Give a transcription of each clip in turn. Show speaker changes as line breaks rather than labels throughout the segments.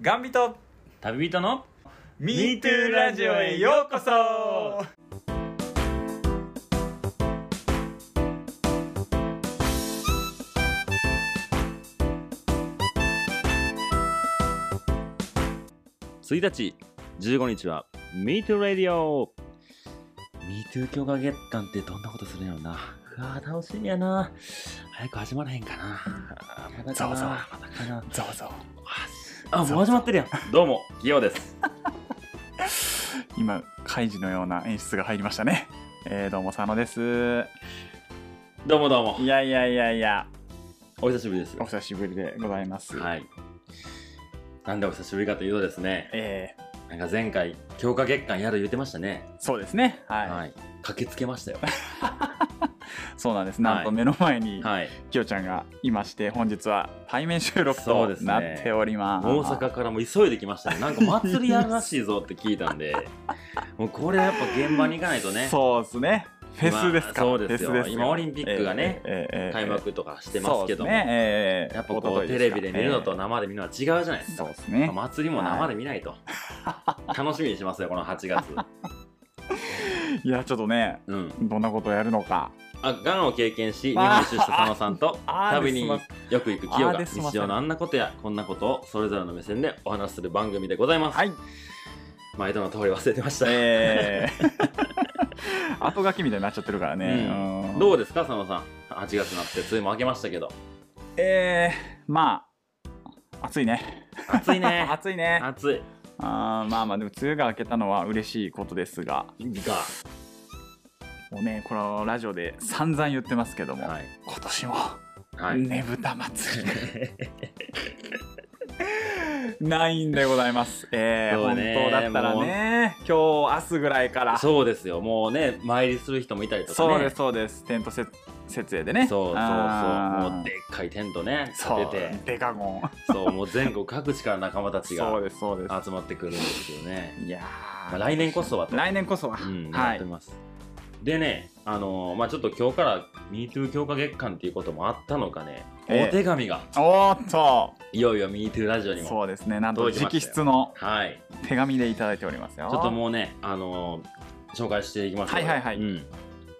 ガンビと
旅人の
MeToo ラジオへようこそ
1日15日は MeToo Radio MeToo 強化月間ってどんなことするんやろなうわー楽しみやな早く始まらへんかなまだ
ざ
か
わざ
な
わ
まだかな
ざわざわ
あもう始まってるやんどうもギオです
今カイジのような演出が入りましたねえー、どうも佐野です
どうもどうも
いやいやいやいや
お久しぶりです
お久しぶりでございます、
はいなんでお久しぶりかというとですね
え
なんか前回強化月間やる言ってましたね
ー、そうですねはい、
はい駆けつけましたよ
そうなんです
はい
なんと目の前に
はい
きよちゃんがいまして本日は対面収録
そう
と
ですね
なっております
大阪からも急いできましたねなんか祭りあるらしいぞって聞いたんでもうこれやっぱ現場に行かないとね
そうですねフェスですか、
今そうですよ
フェス
今オリンピックがね、
えーえーえー
開幕とかしてますけども、
そうですねえー
やっぱこ
一昨
う
日
テ
す
レ
か
ビで見るのと生で見るのは違うじゃないで
えー
す
そ
か、
うですね
祭りも生で見ないと、楽しみにしますよこの8月
いやちょっとね
うん
どんなことをやるのか
あがんを経験し日
わ
本
あ
出した佐野さんと
あー
旅に
ですま
よく行く清
あー
が
ですま
日常のあんなことやこんなことをそれぞれの目線でお話しする番組でございます、
はい
毎度の通り忘れてました、
え ー後書きみたいになっちゃってるからね、
うん
うん
どうですか佐野さん8月になって梅雨も明けましたけど
えー、まあ暑いね
暑い ね
暑いね
暑い
あーまあまあでも梅雨が明けたのは嬉しいことですが
か、
もうねこのラジオで散々言ってますけども、
はい
今年も
はい、
ねぶた祭りが ないんでございますえー、
そう
本
ね
当だったらね今日明日ぐらいから
そうですよもうね参りする人もいたりとかね
そうですそうですテントせ設営でね
そうそう
あ
そう
ー
もうでっかいテントね
そ
出
う
て
デカゴン
そうもう全国各地から仲間たち
そう
が
ですそうです
集まってくるんですよね、
いやー
まあ、来年こそはと、
来年こそは、
うん、
は
やっ
い
てます、でねあのーまあちょっと今日から MeToo 強化月間っていうこともあったのかね、
ええ
お手紙が
おーっと
いよいよ MeToo ラジオにも
そうですねなんと
届き
直
ましたよ
筆の
はい
手紙でいただいておりますよ
ちょっともうね、あのー紹介していきましょう。
はいはいはい
うん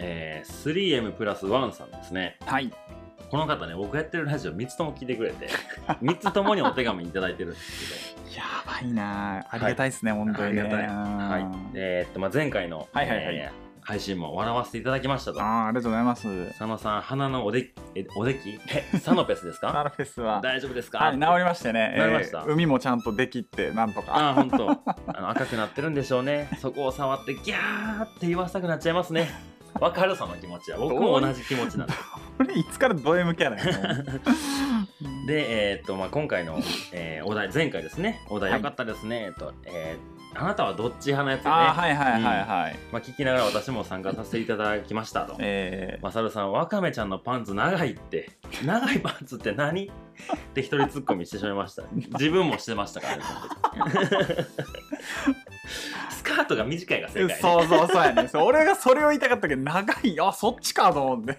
えー、3M プラスワンさんですね。
はい
この方ね、僕やってるラジオ3つとも聞いてく れて、3つともにお手紙いただいてるんです
やばいなーありがたいですね、
け
本
ど、
当
あ
に
り
ね
がたい。
うん
はい、えーっと、まあ、前回の、
はいはいはい
えー配信も笑わせていただきましたと
あ。ーありがとうございます
佐野さん、鼻のおでえおできえ、サノペスです
サ
か
ラフェスは
大丈夫ですか、
はい、治りましてね
治りました
海もちゃんとできってなんとか
ああ、ほんと。あの赤くなってるんでしょうね。そこを触って、ギャーって言わせたくなっちゃいますね。わかる、その気持ちは。僕も同じ気持ちなんで
これいつからド M キ ャラやの
で、えーっとまあ、今回の、えーお題前回ですねお題
はい
よかったですね、えーっとえーあなたはどっち派のやつね、
ああはいはいはいはい、
まあ、聞きながら私も参加させていただきましたと。
え
マサルさん、ワカメちゃんのパンツ長いって、 長いパンツって何って一人ツッコミしてしまいました。自分もしてましたから ね。その時スカートが短いが正
ー
解、ね。
そうそうそうやねそう俺がそれを言いたかったけど長いあそっちかと思って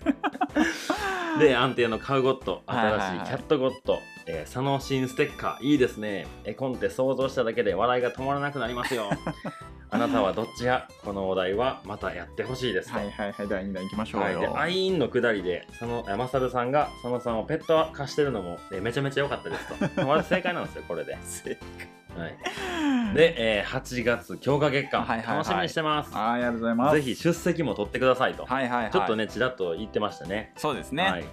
で安定のカウゴット
はいはいはい
新しいキャットゴット、えー佐野新ステッカーいいですね絵コンテ想像しただけで笑いが止まらなくなります よあなたはどっちやこのお題はまたやってほしいですと、
は
はいい
はいはい第2弾いきましょうよ、
でアイーンのくだりで佐野えーマサルさんが佐野さんをペット化してるのも、えーめちゃめちゃ良かったですと まあ正解なんですよこれで、はい、で、えー8月強化月間、
はいはいはい
楽しみにしてます
はいありがとうございます
ぜひ出席も取ってくださいと、
はいはいはい
ちょっとねちらっと言ってましたね
そうですね、
はい、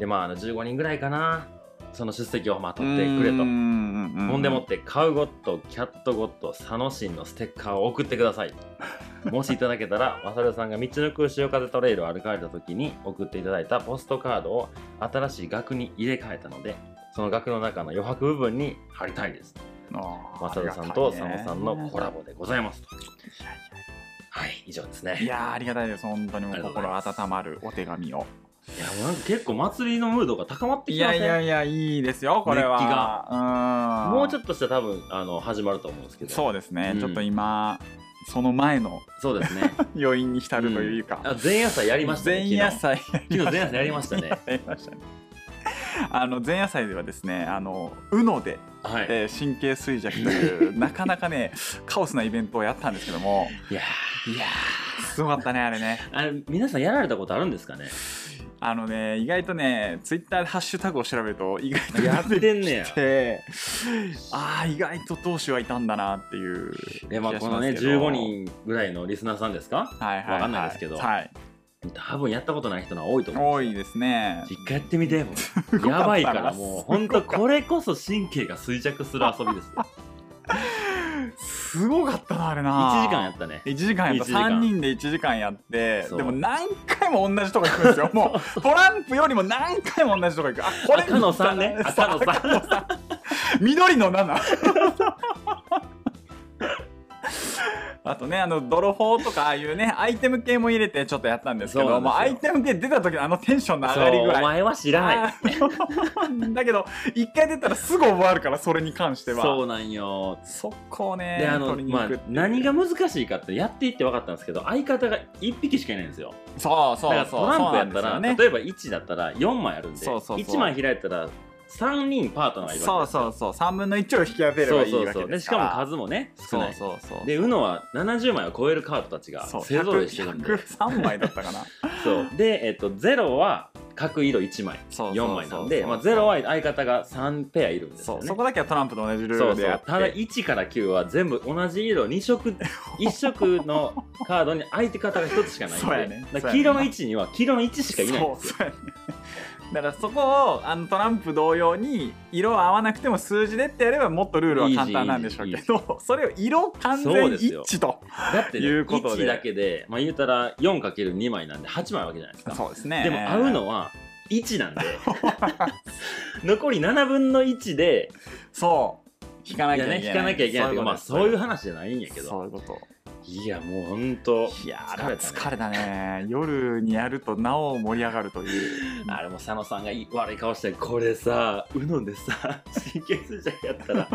でまああの15人ぐらいかなその出席をまあ取ってくれとほ
ほ
んでもってカウゴットキャットゴットサノシンのステッカーを送ってく ださいもしいただけたらマサルさんが道のく潮風トレイルを歩かれた時に送っていただいたポストカードを新しい額に入れ替えたのでその額の中の余白部分に貼りたいですマサルさんとサノさんのコラ
ボ
ボでございますとはい以上ですね
いやーありがたいです本当にも
あ
う
りがとうござい
心
ます
温まるお手紙を
いやもうなんか結構祭りのムードが高まって
い
きてま
や
せ
い
ん
やいやいいですよこれ
熱気
はうん
もうちょ
っ
っとしたら多分あの始まると思うんですけど
そうですね、
うん
ちょっと今その前の
そうですね。
余韻に浸るというか、
あ前夜祭やりました ね。
前夜祭
昨日昨日前夜祭やりましたね。
やりましたねあの前夜祭ではですねあの UNO で、
はい。
えー神経衰弱というなかなかねカオスなイベントをやったんですけども
いや
いやーすごかったねあれね
ーあれ皆さんやられたことあるんですかね
あのね意外とねツイッターでハッシュタグを調べると意外と
やってんね
出
や
てきてああ意外と当主はいたんだなっていう
で、まあ、
気がし
このね、
すけど
15人ぐらいのリスナーさんですか
はいはい、は
わかんないですけど
はい、
多分やったことない人の方が多いと思う。
多いですね
一回やって みて、もう
ごかったな
やばいから、もう、ほん
すご
と、
かった
これこそ神経が衰弱する遊びですよ。
すごかったなあれな
1時間やったね。
1時間やっ
1
た
時間
3人で1時間やって
そう
でも何回も同じとこ行くんですよもうトランプよりも何回も同じとこ行くあこれ
赤の3ね。 赤の3。
緑の7あとねあの泥棒とかああいうねアイテム系も入れてちょっとやったんですけ
そう
ど
なんですよ
もうアイテム系出た時のあのテンションの上
そう
がり具
お
合
前は知らない。
あの だけど一回出たらすぐ覚わるからそれに関しては
そうなんよ。
そこをね
であの
取りに
ま
行
あ
くっていう、
何が難しいかってやっていって分かったんですけど相方が1匹しかいないんですよ
そう
だ
そう
から
そう
トランプやったら、
そうなんですよね
例えば1だったら4枚あるんで
そうそうそう
1枚開いたら3人パートナーがいる
そうそうそう3分の1を引き当てればいいわけですから
でしかも数もね少ない
そうそうそう
で UNO は70枚を超えるカードたちが
そう
勢ぞろいしてるんで
103枚だったかな
そうで、えっと、0は各色1枚
そうそうそう
4枚なんで、
そう
まあ、0は相方が3ペアいるんです
そ
よ
う
ね
そこだけはトランプと同じルー
そう
ルで
そ
や
う
って
ただ1から9は全部同じ色2色 1色のカードに相手方が1つしかないん
そう
で
や、ね
だ
そうやね
から黄色の1には黄色の1しかいないんです
そうそうやねだからそこをあのトランプ同様に色は合わなくても数字でってやればもっとルールは簡単なんでしょうけ
イー
どそれを色完全
そうです
一
よ
致と
だって、ね、
いうことで
1だけで、まあ、言うたら 4×2 枚なんで8枚わけじゃないですか
そうですね
でも合うのは1なん で残り7分の1で
そう引かないき
や
ゃい
ね
けない
引かなきゃいけないというかまあそういう
話
話じゃないんやけど
そういうこと
いやもうほんと
いやー
疲れたね
疲れたね夜にやるとなお盛り上がるという
あれも佐野さんがいい悪い顔してこれさうのでさ神経衰弱やったら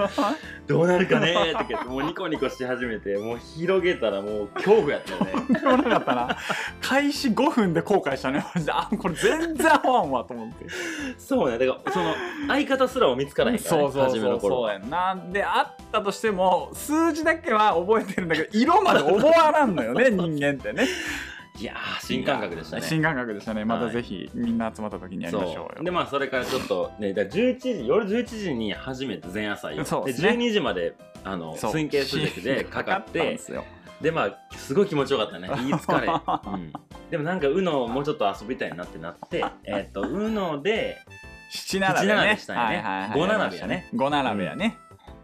どうなるかねーって言ってもうニコニコし始めてもう広げたらもう恐怖やったよね
でもなかったな開始5分で後悔したねマジであこれ全然合わんわと思って
そうねだからその相方すらも見つからへんから、ね、
そうそう
初め
そ
の
う
頃
そう
は
やんなんであったとしても数字だけは覚えてるんだけど色まで覚わらんのよ ね人間ってね
いやー新感覚でしたね
新感覚でしたねまた
はい
ぜひみんな集まった時にやりましょうよ
そうでまあそれからちょっとねだから11時夜11時に初めて前夜祭 を
そう
で
ですね
12時まであの
そう
神経衰 弱でかかっ
かったんで
て
すよ
でまあすごい気持ちよかったねいい 疲れ、うん、でもなんか UNO をもうちょっと遊びたいなってなって えっと UNO で
7並べね
7でしたよね5並べやね
5並べやね、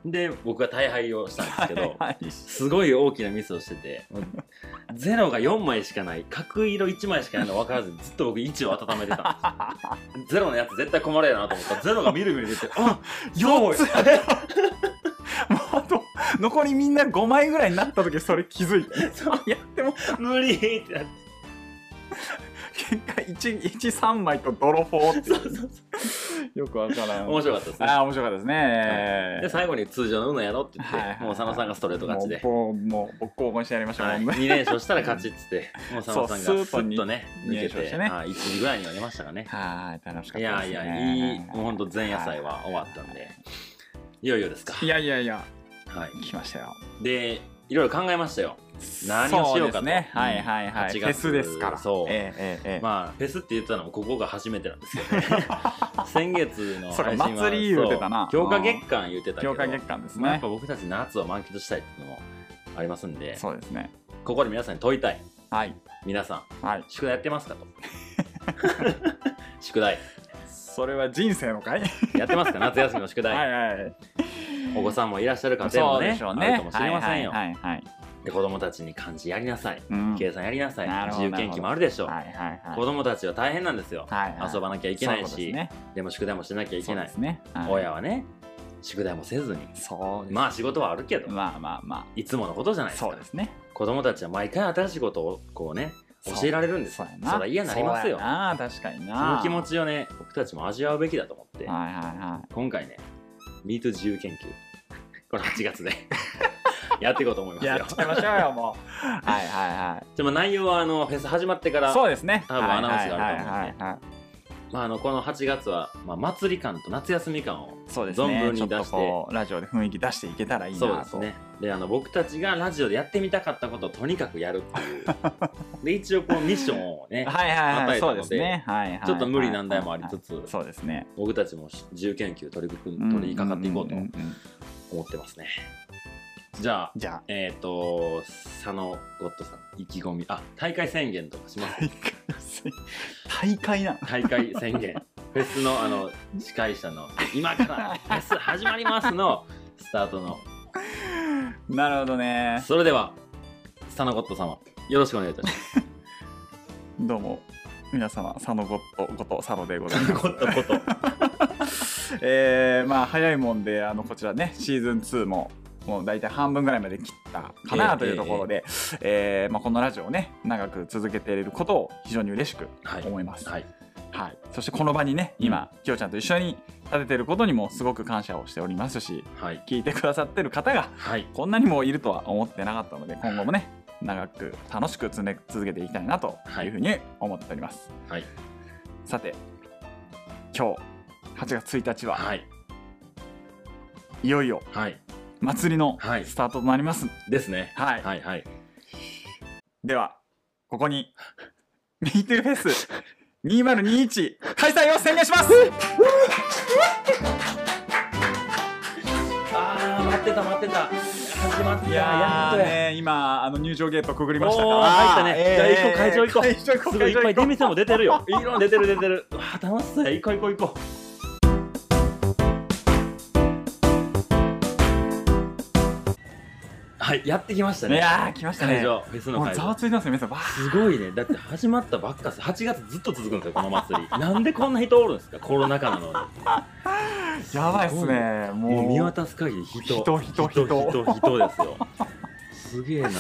で僕が大敗をしたんですけど
はいはい
すごい大きなミスをしててゼロが4枚しかない角色1枚しかないの分からずずっと僕1を温めてた んですゼロのやつ絶対困るやなと思ったらゼロがみるみる出てあ
4つやったもうあと残りみんな5枚ぐらいになった時それ気づいて
そう
やっても
無理ってなって
結果13枚と泥棒っていうよくわからん
面白かったですね
ああ面白かったですね
で最後に通常の UNO やろうって言って、
はいはいはい
もう佐野さんがストレート勝ちで、
もうもう僕交換してやりましょう、
はい、2連勝したら勝ちっつってもう佐野さん
そう
が
ス
ス
ープに
ッとね
二
抜
連
け
勝して
て、
ね
はい1時ぐらいには寝ましたかね
はい楽しか
い
った
や
です
い
ね
やいいもうほんと前夜祭は終わったんでいよいよですか
いやいやいや
はい
来ましたよ
でいろいろ考えましたよ何をしようかと
そうですねはいはいはい
8
フ
月
ェスですから
そう
ええええええ
まあフェスって言ったのもここが初めてなんですけどね 先月の
そうか
配信は
祭り言うてたな
そう強化月間言うてたけど
強化月間です
まあやっ
ね
ぱ僕たち夏を満喫したいっていうのもありますんで
そうですね
ここで皆さんに問いたい
はい
皆さん
はい
宿題やってますかと宿題
それは人生の会
やってますか夏休みの宿題、
はいはい
お子さんもいらっしゃる家庭
そ
も
う
ね
でしょう
あ
ね
るかもしれませんよ、
はいはいはいはい
で子供たちに漢字やりなさい、
うん
計算やりなさい
なるほ
自
ど
由研究もあるでしょう、
はいはいはい
子供たちは大変なんですよ、
はいはい
遊ばなきゃいけない
そうう
し
ことですね
でも宿題もしなきゃいけ
そう
な
で
い、
すねはい
親はね宿題もせずに
そうです
まあ仕事はあるけど、
まあまあま
いつものことじゃ
あ
ないですか
そうですね
子供たちは毎回新しいことをこうね
そう
教えられるんです
そ
よ
うや
そ
な
りゃ嫌になりますよ
そうやな確かに
その
な
気持ちをね僕たちも味わうべきだと思って、
はいはいはい
今回ね「ミート自由研究」 これ8月で やっていこうと思いますよ
やっちゃいましょうよもうはいはいは
でも内容はあのフェス始まってか
い
ら
そうですね
多分アナウンスがあると思うんで
はいはいはいはい
まあ、あのこの8月は、まあ、祭り感と夏休み感を
そうですね
存分に出して
ちょっとこうラジオで雰囲気出していけたらいいなと
そうですねであの僕たちがラジオでやってみたかったことをとにかくやるっ ていうで一応こうミッションをね
はいはい
与
は
え
い
た
そ
の
う
で
ですねはいはい
ちょっと無理難題もありつ
はい
つ
はいそうですね
僕たちも自由研究取り組取り掛かっていこうと
んんんん
思ってますねじゃあ
じゃあ
えっ、と佐野ゴッドさん意気込みあ大会宣言とかします
大会戦大会な
大会宣 言フェスのあの司会者の「今からフェス始まります」のスタートの
なるほどね
それではスタノゴット様よろしくお願いいたします
どうも皆様佐野ゴットこと佐野でござい
ゴットこと
えー、まあ早いもんであのこちらねシーズン2ももう大体半分ぐらいまで切ったか
ええ
なというところで、えーまあ、このラジオをね長く続けていることを非常に嬉しく
はい、
思います、はい
はい、
そしてこの場にね今、きよちゃんと一緒に立ててることにもすごく感謝をしておりますし
はい
聞いてくださってる方が
はい
こんなにもいるとは思ってなかったので今後もね長く楽しくつね続けていきたいなというふうに思っております、
はい
さて今日8月1日は、
はい
い、よいよ
はい
祭りの
はい
スタートとなります、
ですね
はい
はいはい
ではここに「ミートゥーフェス2021」開催を宣言します
あー待ってた待ってた始まった
い
や
やー
っとや
ね今あの入場ゲートくぐりましたから
おー入ったねじゃあ
えー
会場行こう
会場行こう
すごいいっぱい
会場
出
行こ
店も出てる よいいの出てる出てるうわー楽しそうや行こう行こう行こうはいやってきました
うい
ね
やー来ましたね
会場フェスの
もう
会
ざわ
場
ついてますよ皆さんわ
すごいねだって始まったばっかさ8月ずっと続くんですよこの 祭りなんでこんな人おるんですかコロナ禍なの
ーやばいっすねも
にもう見渡す限り人
人人人
人人人ですよす げえない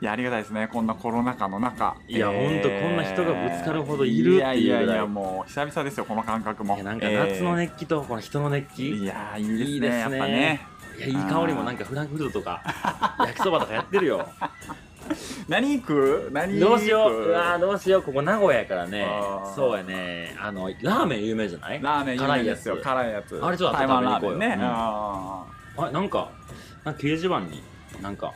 やありがたいですねこんなコロナ禍の中
いやほんとこんな人がぶつかるほどいるっていう
いやいやい
ぐら
や
い
もう久々ですよこの感覚も
いやなんか夏の熱気とこの人の熱
え
気
ーい
い
やーいいですね
いいですね
やっぱね
やいい香りもなんかフランクフルトとか焼きそばとかやってるよ
何行く何行く
どうしよううわーどうしようここ名古屋やからね
あー
そうやねあのラーメン有名じゃない
ラーメン有
辛
名
いや
で
つ
すよ辛いやつ
あれちょっと
台
後で食
湾
べに
ラ
行こ
ー
うよ
メンね
うん
あ
あなんかなんか掲示板になんか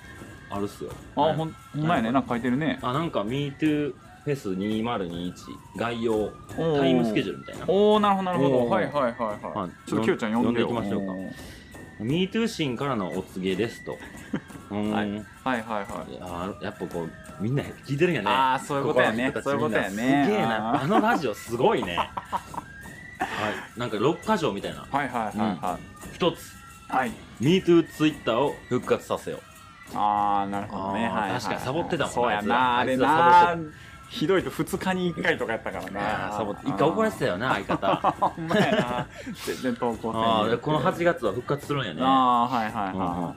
あるっすよ
ーあほんほんまやねなんか書いてるね
あなんか MeToo フェス2021概要タ
タ
イムスケジュールみたいな
おーなるほどなるほ
お
ど
ー
はいはいはいは
はい
いちょっときよちゃん呼んでよ
呼んでいきましょうか MeToo シーンからのお告げで すとうーん、
はい
い
はいはいはい
やーやっぱこうみんな聞いてるんやね
ああそういうことやね
ここ
そういう
の
こ
人
と
た
やね
ちみんなすげえな
あ
あのラジオすごいねはいなんか6か条みたいな
ーはいはいはいは
一つ
いはい
MeTooTwitter を復活させよ
あーなるほどね
あー
はいはいはい
確かにサボってたもんな
そうやな
あ
あ
い
れ
つらあいつらサ
なひどいと2日に1回とかやったから
う
な
あーサボって一回怒られてたよな相 方
たほんまやな全然投稿せん
ああこの8
月
月は復活するんやね
ああはいはい
うん
は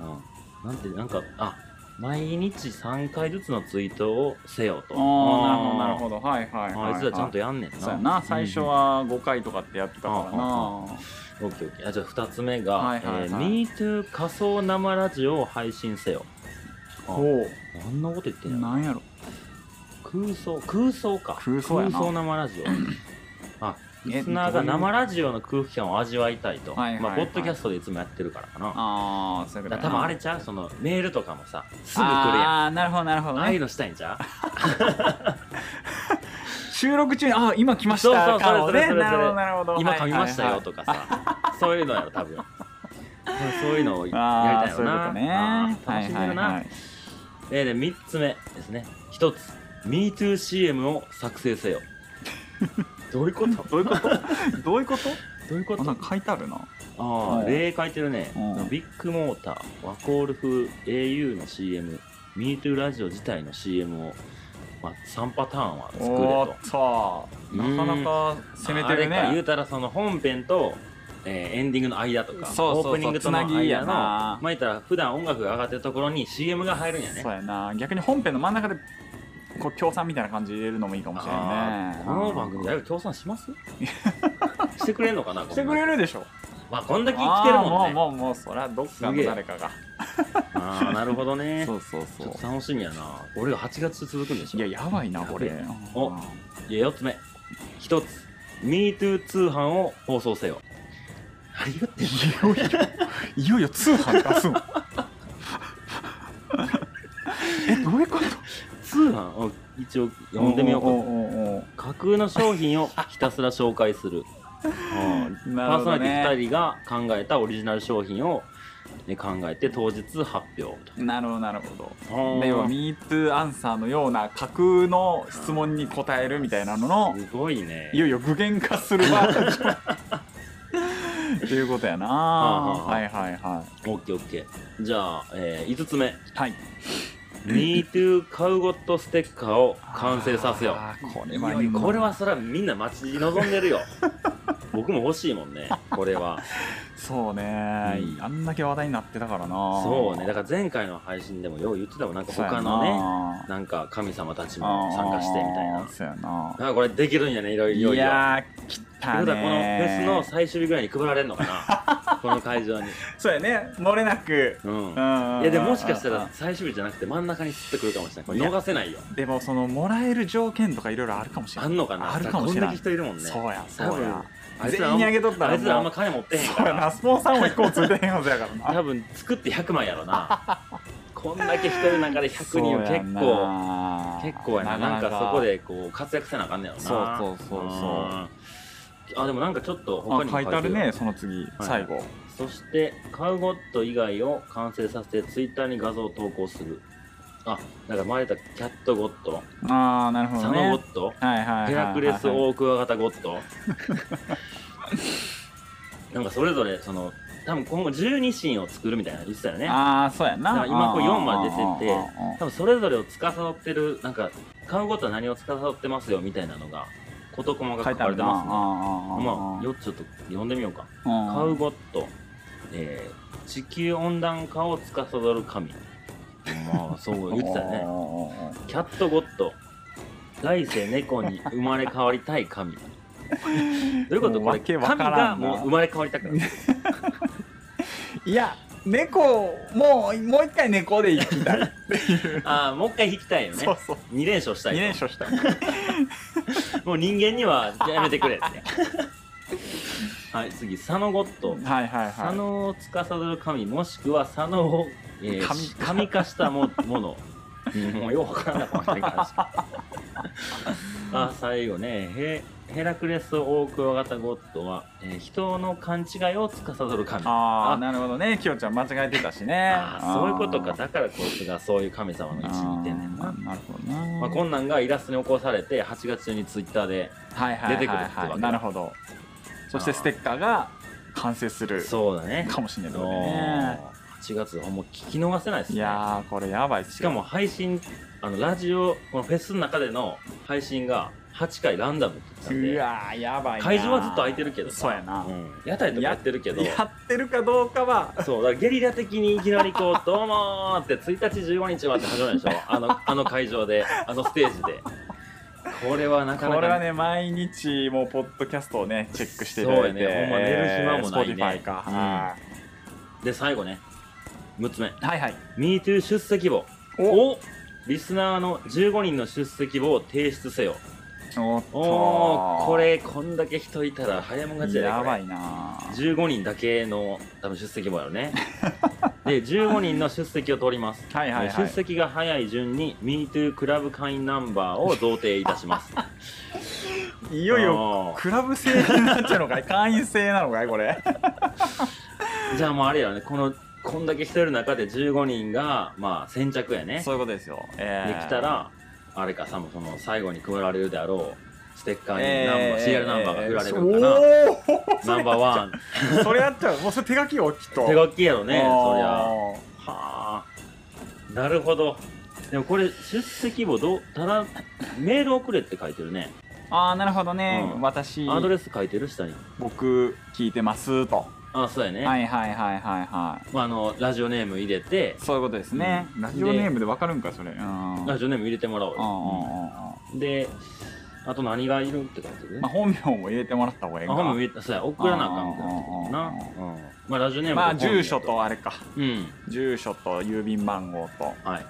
うんうんなんてなんかあ毎日3回ずつのツイートをせよと
いああなるほどなるほどはいはいはい
あいつらちゃんとやんねんな
そうやな最初は5回とかってやってたから
うんうん
な
うんオッケーオッケーあじゃあ2つ目が
はい
え
はいはい
ー MeToo 仮想生ラジオを配信せよ」あ
お
何のこと言って
お
んの
なんやろ
空想空想か
空想やな
生ラジ オあ
え
リスナーが生ラジオの空気感を味わいたいと
はいはい
ま
は
あ
い
ポッドキャストでいつもやってるからかな
ああそういう
だ
ことや
から多
な
分あれちゃうそのメールとかもさすぐ来るやんあ
ああなるほどなるほど
あいう
ね
のしたいんちゃう
収録中にああ今来まし
そうそう
た
それ
感をね
それそれ
なるほどなるほど
今噛みました
はいはいは
よ
い
とかさそういうのやろ多分そういうのをやり
あ
た
あ
い
そ
よ
ういう
な
ことね
あー楽しんでる
はいはいは
ないえーで3つ目ですね1つ MeTooCM を作成せよ どういうこと
どういうこと どういうこと
どういうこ
あ
と
なんか書いてあるな
ああ
はい
例書いてるね
うん
ビッグモーターワコール風 au の CMMeToo ラジオ自体の CM を、まあ、3パターンは作れ
おー
と
っとなかなか攻めてる
あれか言う
ね
たらその本編と、えーエンディングの間とか
そうそうそう
オープニングとの
つなぎ
間
や
の
な
まあ言ったら普段音楽が上がってるところに CM が入るんやね
そうやな逆に本編の真ん中でこう協賛みたいな感じで入れるのもいいかもしれない
あ
ね
ーこの番組だいぶ協賛します してくれんのかな
してくれ
る
るでしょ
まあこんだけ生きてるもんね
あーもうもうもうそりゃどっかの誰かが
ああなるほどね
うそう
ちょっと楽しみやな俺が8月続くんでしょ
いややばいなこれ
おいや4つ目1つ MeToo 通販を放送せよ。何言ってんの
いよいよいよいよ通販出す のえどういうこと
通販を一応読んでみようか
おおおお
架空の商品をひたすら紹介するうんパ
な
ー
るほ
ソ
ど
ナリティ
ね
2人が考えたオリジナル商品を、ね、考えて当日発表と
なるほどなるほど
うん
では MeToo アンサーのような架空の質問に答えるみたいなのの
すごいね
いよいよ具現化するバージョンっていうことやな
あはあ
はいはいは
オッケーオッケーじゃあ、え5つ目
いはい
MeToo カウゴットステッカーを完成させよ
あーこ
う
れ
い
は
やいやこれはそれはみんな待ち望んで るよ僕も欲しいもんねこれは
そうね、
うん
あんだけ話題になってたからな
そうねだから前回の配信でもよう言ってたもんなんか
そうや
他
な
のねなんか神様たちも参加してみたい
あ
な
ーそうやな
あこれできるんやねいろいろいよ
い
いろ
やー来
とい
た
うことはこのフェスの
ね
最終日ぐらいに配られるのか なこの会場に、
そうやね漏れなく
うん、い
い
やでももしかしたら最終日じゃなくて真ん中に吸ってくるかもしれないこれ逃せないよ
でもそのもらえる条件とかいろいろあるかもしれ
あ
ない
んのかな
あるかもしれない
こんだけ人いるもんね
そうやそ
多
う
分
や
あいつら
全
あん
員
ま
あげとった
あ
ら
いつらあん
も
ま
う
金持ってへん
そ
か
うやな
ら
スポンサーも1個ついてへんはずやからな
多分作って100万やろな こんだけ人いる中で100人は結
そうや
構
な
結構やななんかそこでこう活躍せなあかんねやろな
そうそうそうそうん
あでもなんかちょっと
あ
他にも
書いてあるねその次最後
そしてカウゴット以外を完成させてツイッターに画像を投稿するあだから前言ったキャットゴット、
ああなるほ
サ
ど
ノゴ
ね
ット
はいはいはいはい
ヘラクレスオオクワガタゴ ットなんかそれぞれその多分今後12神を作るみたいなの言ってたよね
ああそうや
だか
な
ら今こう
あー
4まで出てて
あーあーあー
多分それぞれを司ってるなんかカウゴットは何を司ってますよみたいなのが事細かく書かれてますねまあ
ね
よちょっと読んでみようか
ま
カウゴット、えー地球温暖化を司る神。まあ、そう言ってたよね。
ね
キャットゴット、来世猫に生まれ変わりたい神。どういうこと
もう
こ
わ
れ、
け
神
わからんな
がもう生まれ変わりたくない。
いや猫もうもう一回猫で行きたい
ああ、もう一回引きたいよね
そう。そう
2連勝した
2
い
連
よ。
勝したい
もう人間にはやめてくれって。はい、次、佐野ゴット。
はいはい
佐
は
野を司る神もしくは佐野を、えー
神
神化したもものうん もうよくわからなくなってきました あ最後ねヘヘラクレスオオクワガタゴッドは、えー人の勘違いを司る神
いあ
あ
あなるほどねきよちゃん間違えてたしね
あーそういうことか
あー
だからこいつがそういう神様の位置にいてんねん
あ
な
ーなるほどな、
まあ、こんなんがイラストに起こされて8月中にツイッターで
はいはいはい
出てくるってわ
は
け
いなるほどそしてステッカーが完成する
そうだね
かもしれないので
8
ね
月はもう聞き逃せないです
い
ね
やーこれやばいっすよ
しかも配信あのラジオこのフェスの中での配信が8回ランダムって言ってたんで
うわーやばいな
会場はずっと空いてるけどさ
そうやな、
うん屋台とかやってるけど
やってるかどうかは
そうだからゲリラ的にいきなりこう「どうも」って1日15日はって始まるでしょ あのあの会場であのステージでこれはなかなか
これはね毎日もうポッドキャストをねチェックしていただい
そう
て
やねほんま寝る暇もないね
Spotify か、
うん
はい
で最後ね6つ目
はいはい
「MeToo 出席簿」
お
をリスナーの15人の出席簿を提出せよ
おっと
おーこれこんだけ人いたら早いもん勝ちだよ
や
これ
ばいな
15人だけの多分出席もや ろねで15人の出席を取ります
はいはいは
出
い
席が早い順に MeToo クラブ会員ナンバーを贈呈いたします
い
い
よいよクラブ制になっちゃうのかい会員制なのかいこれ
じゃあもうあれやろねこのこんだけ人いる中で15人がまあ先着や ね
そういうことですよ、
で
えー
きたらあれかさもその最後に配られるであろうステッカーにナンバー、
えー
CR ナンバーが振られるんかな、
おー
ナンバーワン
それやっちゃうもうそれ手書きよきっと
手書きやろねそりゃ
あ
はあなるほどでもこれ出席簿どうただメール送れって書いてるね
ーあーなるほどね、
うん
私
アドレス書いてる下に
僕聞いてますと
あそうやね、
はいはいはいはいはい
まあ、あのラジオネーム入れて
そういうことですね、
うん
ラジオネームでわかるんかそれうんうんうんうん
ラジオネーム入れてもらおうよ、
ま
であと何がいるって書いてる、
あ本名も入れてもらった方がいい
あ、
か
本名入れたそうや送らなあかんみたいな
うんうん
な、うんまあラジオネーム
まあ
本名
住所とあれか
うん
住所と郵便番号と
はい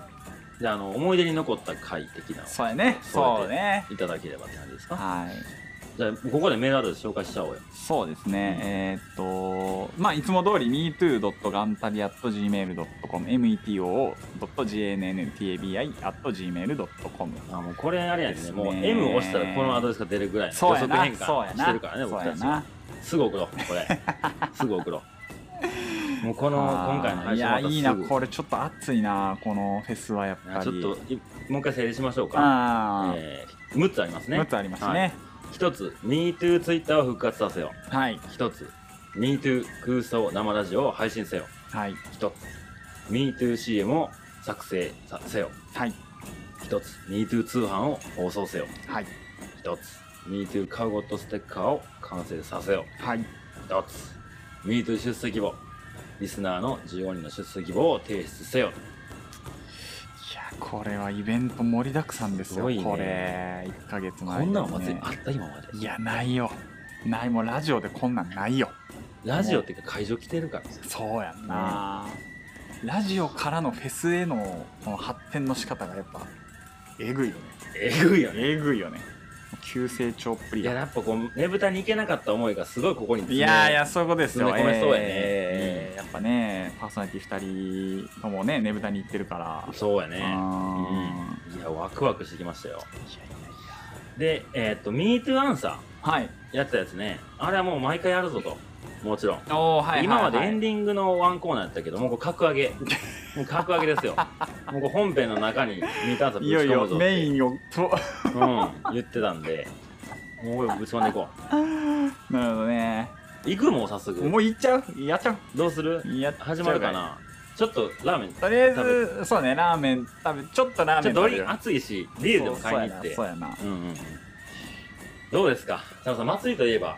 であの思い出に残った回的なの
そうやね
そ
そう
うやね
ね
いただければって感じですか
はい
じゃあここでメールアドレス紹介しちゃおうよ
そうですね、えーっとまあいつも通り metoo.gantabi.gmail.com metoo.jnntabi.gmail.com
あもうこれあれやね
ですね
もう M を押したらこのアドレスが出るぐらい
そうや
予測変
なそう
換
や
して
な
るからね
そう
僕た
や
ち
な
すぐ送ろうこれ すぐ送ろうもうこの
あー
今回の配信またすぐ
いやいいなこれちょっと熱いなこのフェスはやっぱり
あちょっといもう一回整理しましょうか、
ああ、
えー、6つありますね
6つありますね
一つ MeToo ツイッターを復活させよ
はい、
う一つ MeToo 空想生ラジオを配信せよ
はい
一つ MeTooCM を作成させよ
はい
一つ MeToo 通販を放送せよ
はい
一つ MeToo カウゴットステッカーを完成させよ
はい
一つ MeToo 出席簿リスナーの15人の出席簿を提出せよ
いやこれはイベント盛りだくさんです
す
よ
ごいね
これ1か月前
こんな
の
お祭りあった今まで
いやないよないもうラジオでこんなんないよ
ラジオっていうか会場来てるからさ
そうやんな、ラジオからのフェスへのこの発展の仕方がやっぱえぐいよね
えぐいよね
えぐいよね急成長っぷり
いややっぱこうねぶたに行けなかった思いがすごいここに
いやいやそういうことですよ
詰め込めそうやね
えーやっぱねパーソナリティ2人ともねねぶたに行ってるから
そうやね
あ
うんいやワクワクしてきましたよ
いやいやいや
でえっ、と「MeToo アンサ
はい
ー」やってたやつねあれはもう毎回やるぞともちろん、
おーはいはい、はい、
今までエンディングのワンコーナーやったけどもうこれ格上げもう格上げ ですよもうこれ本編の中に「MeToo アンサー」ぶ
い
ち
よい
込
よ
むぞって
メインをと
うん、言ってたんでもうこれぶち込んでいこ
なるほどね
う行くもう早速
もう行っちゃうやっちゃ
どうする
うやっちゃう
始まるかなちょっとラーメン
とりあえずそうねラーメン食べちょっとラー
ち
メ
ょっ
ン食
とド
べ
リ
る
暑いしビールでも買いに行って
そうやなそう
うんうんうんどうですか佐野さん祭りといえば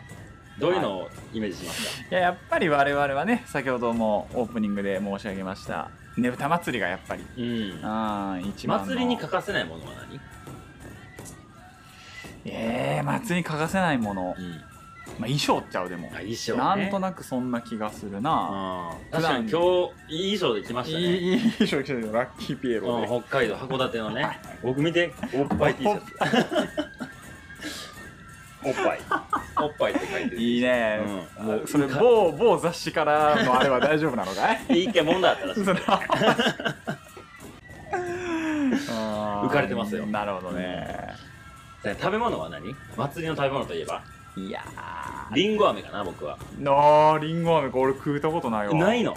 どういうのをイメージします
やないややっぱり我々はね先ほどもオープニングで申し上げましたねぶた祭りがやっぱり
か、うん
あー一番の
祭りに欠かせないものは何、
ええ祭りに欠かせないもの、
うん、
まあ、衣装っちゃうでも、
あ衣装、ね、
なんと
な
なくそんな気がするな、
確かに
普段
今日いい衣装で来ました
い
ね
いいい衣装着てるよラッキーピエロ
う
で、
ん、北海道函館のね僕見ておっぱい T シャツおっぱいおっぱいって書いてる
いいね、
うんもう
それ某某雑誌からのあれは大丈夫なのかい
いいけもんだった らしい
そのあー
浮かれてますよ
なるほどね、
食べ物は何祭りの食べ物といえば
いや
りんご飴かな僕は
ーあーリンゴ飴これ俺食うたことないわ
ない
うん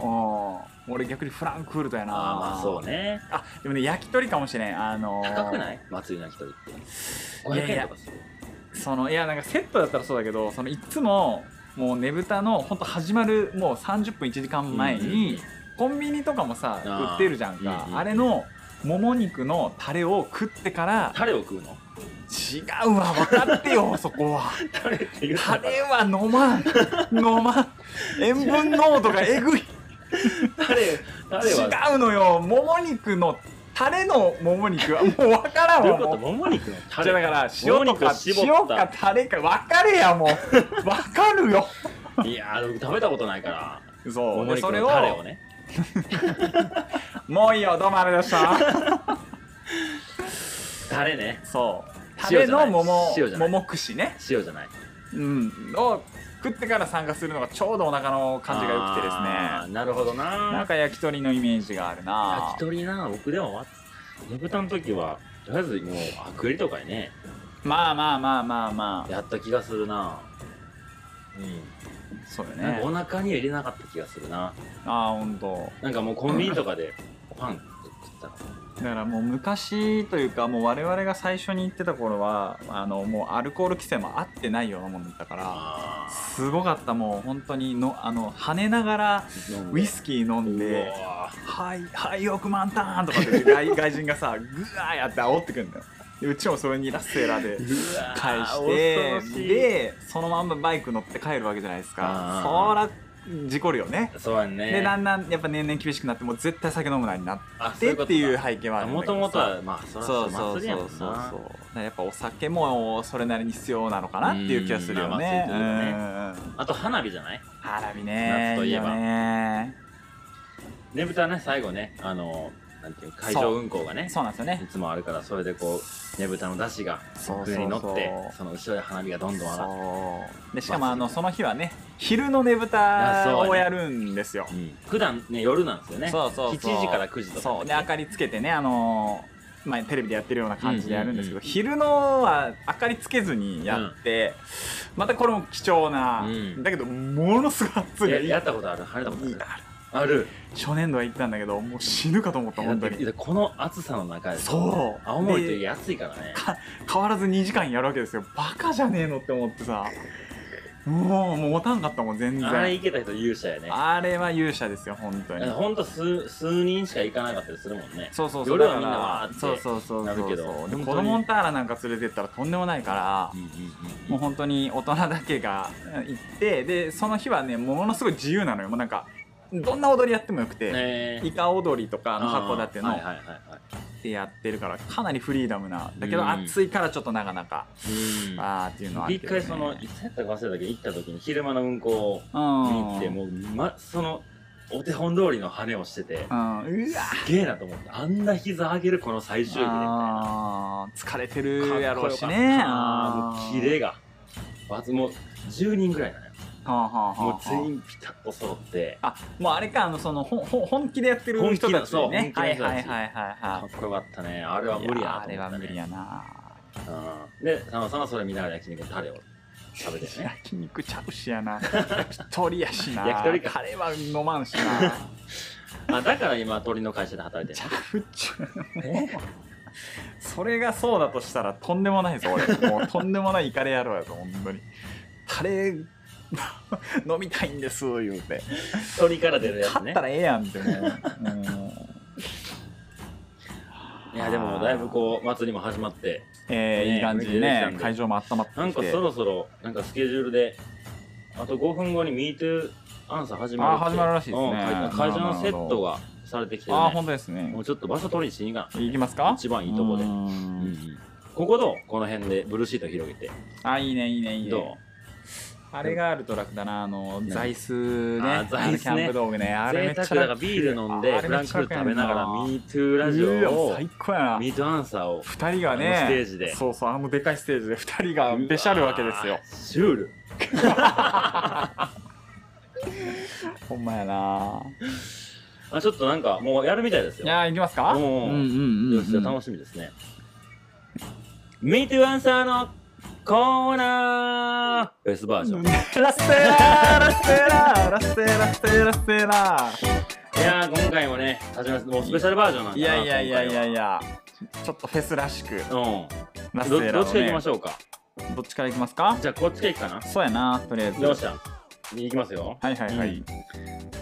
俺逆にフランクフルトやな
ああまあそうね
あでもね焼き鳥かもしれんあのー
高くない祭りの焼き鳥って
いやい
500円
や
とかする
そのいやなんかセットだったらそうだけどそのいつももうねぶたの本当始まるもう30分1時間前に、コンビニとかもさ
あー
売ってるじゃんか、
うんうん
あれのもも肉のタレを食ってから
タレを食うの
違うわ分かってよ そこは
タレって言う
タ
たら
レは飲まん飲まん塩分濃度がえぐい
タレタレは
違うのよもも肉のタレのもも肉 はもう分からん
どうい
わ
うこと
もう
もも肉のタ
じゃあだ
レ
から塩とか
もも肉絞
塩
った
かタレか分かれやもう分かるよ
いやー僕食べたことないから
そ
も
う
も
でそ
肉
れ
のタレを
を
ね
もういいよどうもありがとうございました
タレね
そうタレ
塩じゃな
の
い
もも
塩じゃな
も
い
も串ね
塩じゃない
うん、を食ってから参加するのがちょうどお腹の感じが良くてです
あ
ね
ーなるほど
なん
な
か焼き鳥のイメージがあるな
焼き鳥な僕でもわねぶたの時はとりあえずもうアクリとかにね
まあまあまあまあま
やった気がするなうん
あそうよ
なん
ね
かお腹には入れなかった気がするな
ああほんと
なんかもうコンビニと かでパンって食ったら
だからもう昔というかもう我々が最初に行ってた頃はあのもうアルコール規制も合ってないようなもんだったから
あ
すごかったもう本当にのあの跳ねながら
ー
ウイスキー飲んで
うわ
はい、はい、億万ターンとかって外外人がさ、グワーやって煽ってくるんだよ。でうちもそれにラッセーラで
ー
返し
恐ろし
て、
い
で、そのまんまバイク乗って帰るわけじゃないですか。そら
あ、
事故るよね。
そうやんね
で、だんだんやっぱ年々厳しくなって、もう絶対酒飲むなになっ
あそ
て
こ
っ
と
て
か
いう背景はあるんだ
も
けど
と
さ
もとはまあそら
そうそう
祭り
そ
や
う
も
そ
ん
う
な
そうだからやっぱお酒もそれなりに必要なのかなっていう気がするよね
うんま
うん
あと花火じゃない
花火ね
夏といえば
いいよね
ねぶたね最後ねあのなんていう会場運行がね
そうなんですよ
い
ね
つもあるからそれでこうねぶたの出汁が
そうそう
上
そう
に乗ってその後ろで花火がどんどん上がっ
そうでしかもあのその日はね昼のねぶたをやるんですよ
て、うん普段ね夜なんですよね
そうそうそう
7時から9時とか
そうで明かりつけてねあのーまあ、テレビでやってるような感じでやるんですけど、
うん
昼のは明かりつけずにやって、またこれも貴重な、
うん
だけどものすごい暑い
ややったことある晴れたことあ
いい
るある
初年度は行ったんだけどもう死ぬかと思った
いや
本当
だっ
に
てこの暑さの中で
そう
青森って
で
安いからね
変わらず2時間やるわけですよバカじゃねえのって思ってさもうもう持たんかったもん全然
あれ行けた人勇者やね
あれは勇者ですよ本当に
ほんと数数人しか行かなかったりするもんね
そうそうそう
夜は
だから
みんなわーって
そうそうそうそう
なるけど
で
本当に
子供んたらなんか連れてったらとんでもないから、
うんうんうん
もう本当に大人だけがうん行ってでその日はねものすごい自由なのよもうなんかどんな踊りやってもよくて、
えー
イカ踊りとかあの函館
あー
の
はいはいはいはい
ってやってるからかなりフリーダムなだけ
う
ど
ん
暑いからちょっとなかなか、
うん
あーっていうのはある
一
けど、ね、
回そのいつやったか忘れたけど行った時に昼間の運行を見に行って
うん
もう、ま、そのお手本通りの羽をしてて
うんうわ
すげえなと思ってあんな膝上げるこの最終日でみたいな
あー疲れてるやろうし
かっこ
ね
よかったもうキレがまずもう10人ぐらいなのよ
はあはあはあはあ
もう全員ピタッと揃って
あもうあれかあのそのほんほん本気でやってる人たち
本気な
ね
そう
は
本
い
気な人たち
はいはいはい
か
は
っこよかったねあ
い
れは無理やなと思った、
いやあれ
ね、
は無理やな
うんで佐野さんはそれ見ながら焼肉のタレを食べてね
焼肉ちゃうしやな焼き鳥やしな
焼き鳥か
カレーは飲まんしな
あだから今鳥の会社で働いて
ち
る
ゃうっちゅうそれがそうだとしたらとんでもないぞ俺もうとんでもないイカレ野郎やぞ本当にタレ飲みたいんです言うて
鳥から出るやつ
勝
ね
ったらええやんってもううん
いやでもだいぶこう祭りも始まって
えー
ね
いい感じで
雰囲気出てきたん
ね
で
会場も温まってきて
なんかそろそろなんかスケジュールであと5分後に MeToo アンサー始まるって
あ始まるらしいですね
うん会会場のセットがされてきてる、ね、
あー本当ですね
もうちょっと場所取りしに行か
いきますか
一番いいとこで
うー
な、
ん
うんうんここどうこの辺でブルーシート広げて
あいいねいいねいいね
どう
あれがあると楽だなあの座椅子ね
あ座椅
あ
子ね
のキャンプ道具ねあれめ
贅
っちゃ
沢だからビール飲ん
あ
で
れ
フラ
めっ
ンク
ち
フ
ゃ
ルト食べながら
楽やん
MeToo ラジオ
うわ
を
最高やな
MeToo アンサーを
二人が
あの
ね
ステージで
そうそうあのでかいステージで二人がべしゃるわけです
う
よ
わーシュール
ほんまやな
あちょっとなんかもうやるみたいですよ
いやーいきますか
お
うん
ー
うんうんう
よしじゃあ
ん
楽しみですね。MeToo アンサーのコーナー !S バージョン。い
ラステララステララステララステララステラ
やー、今回もね、始めます。もうスペシャルバージョンなんか
い
な
やいやいやいやい。
今
やちょっとフェスらしく
回は
ラ
うん。
ス
ど
テラ
どっちから行きま
し
しょうか。
ょうどっちからいきますか
じゃあ、こっちから行くか
そうやなとりあえず
な。よっしゃ。行きますよ。
はいはいはい、
うん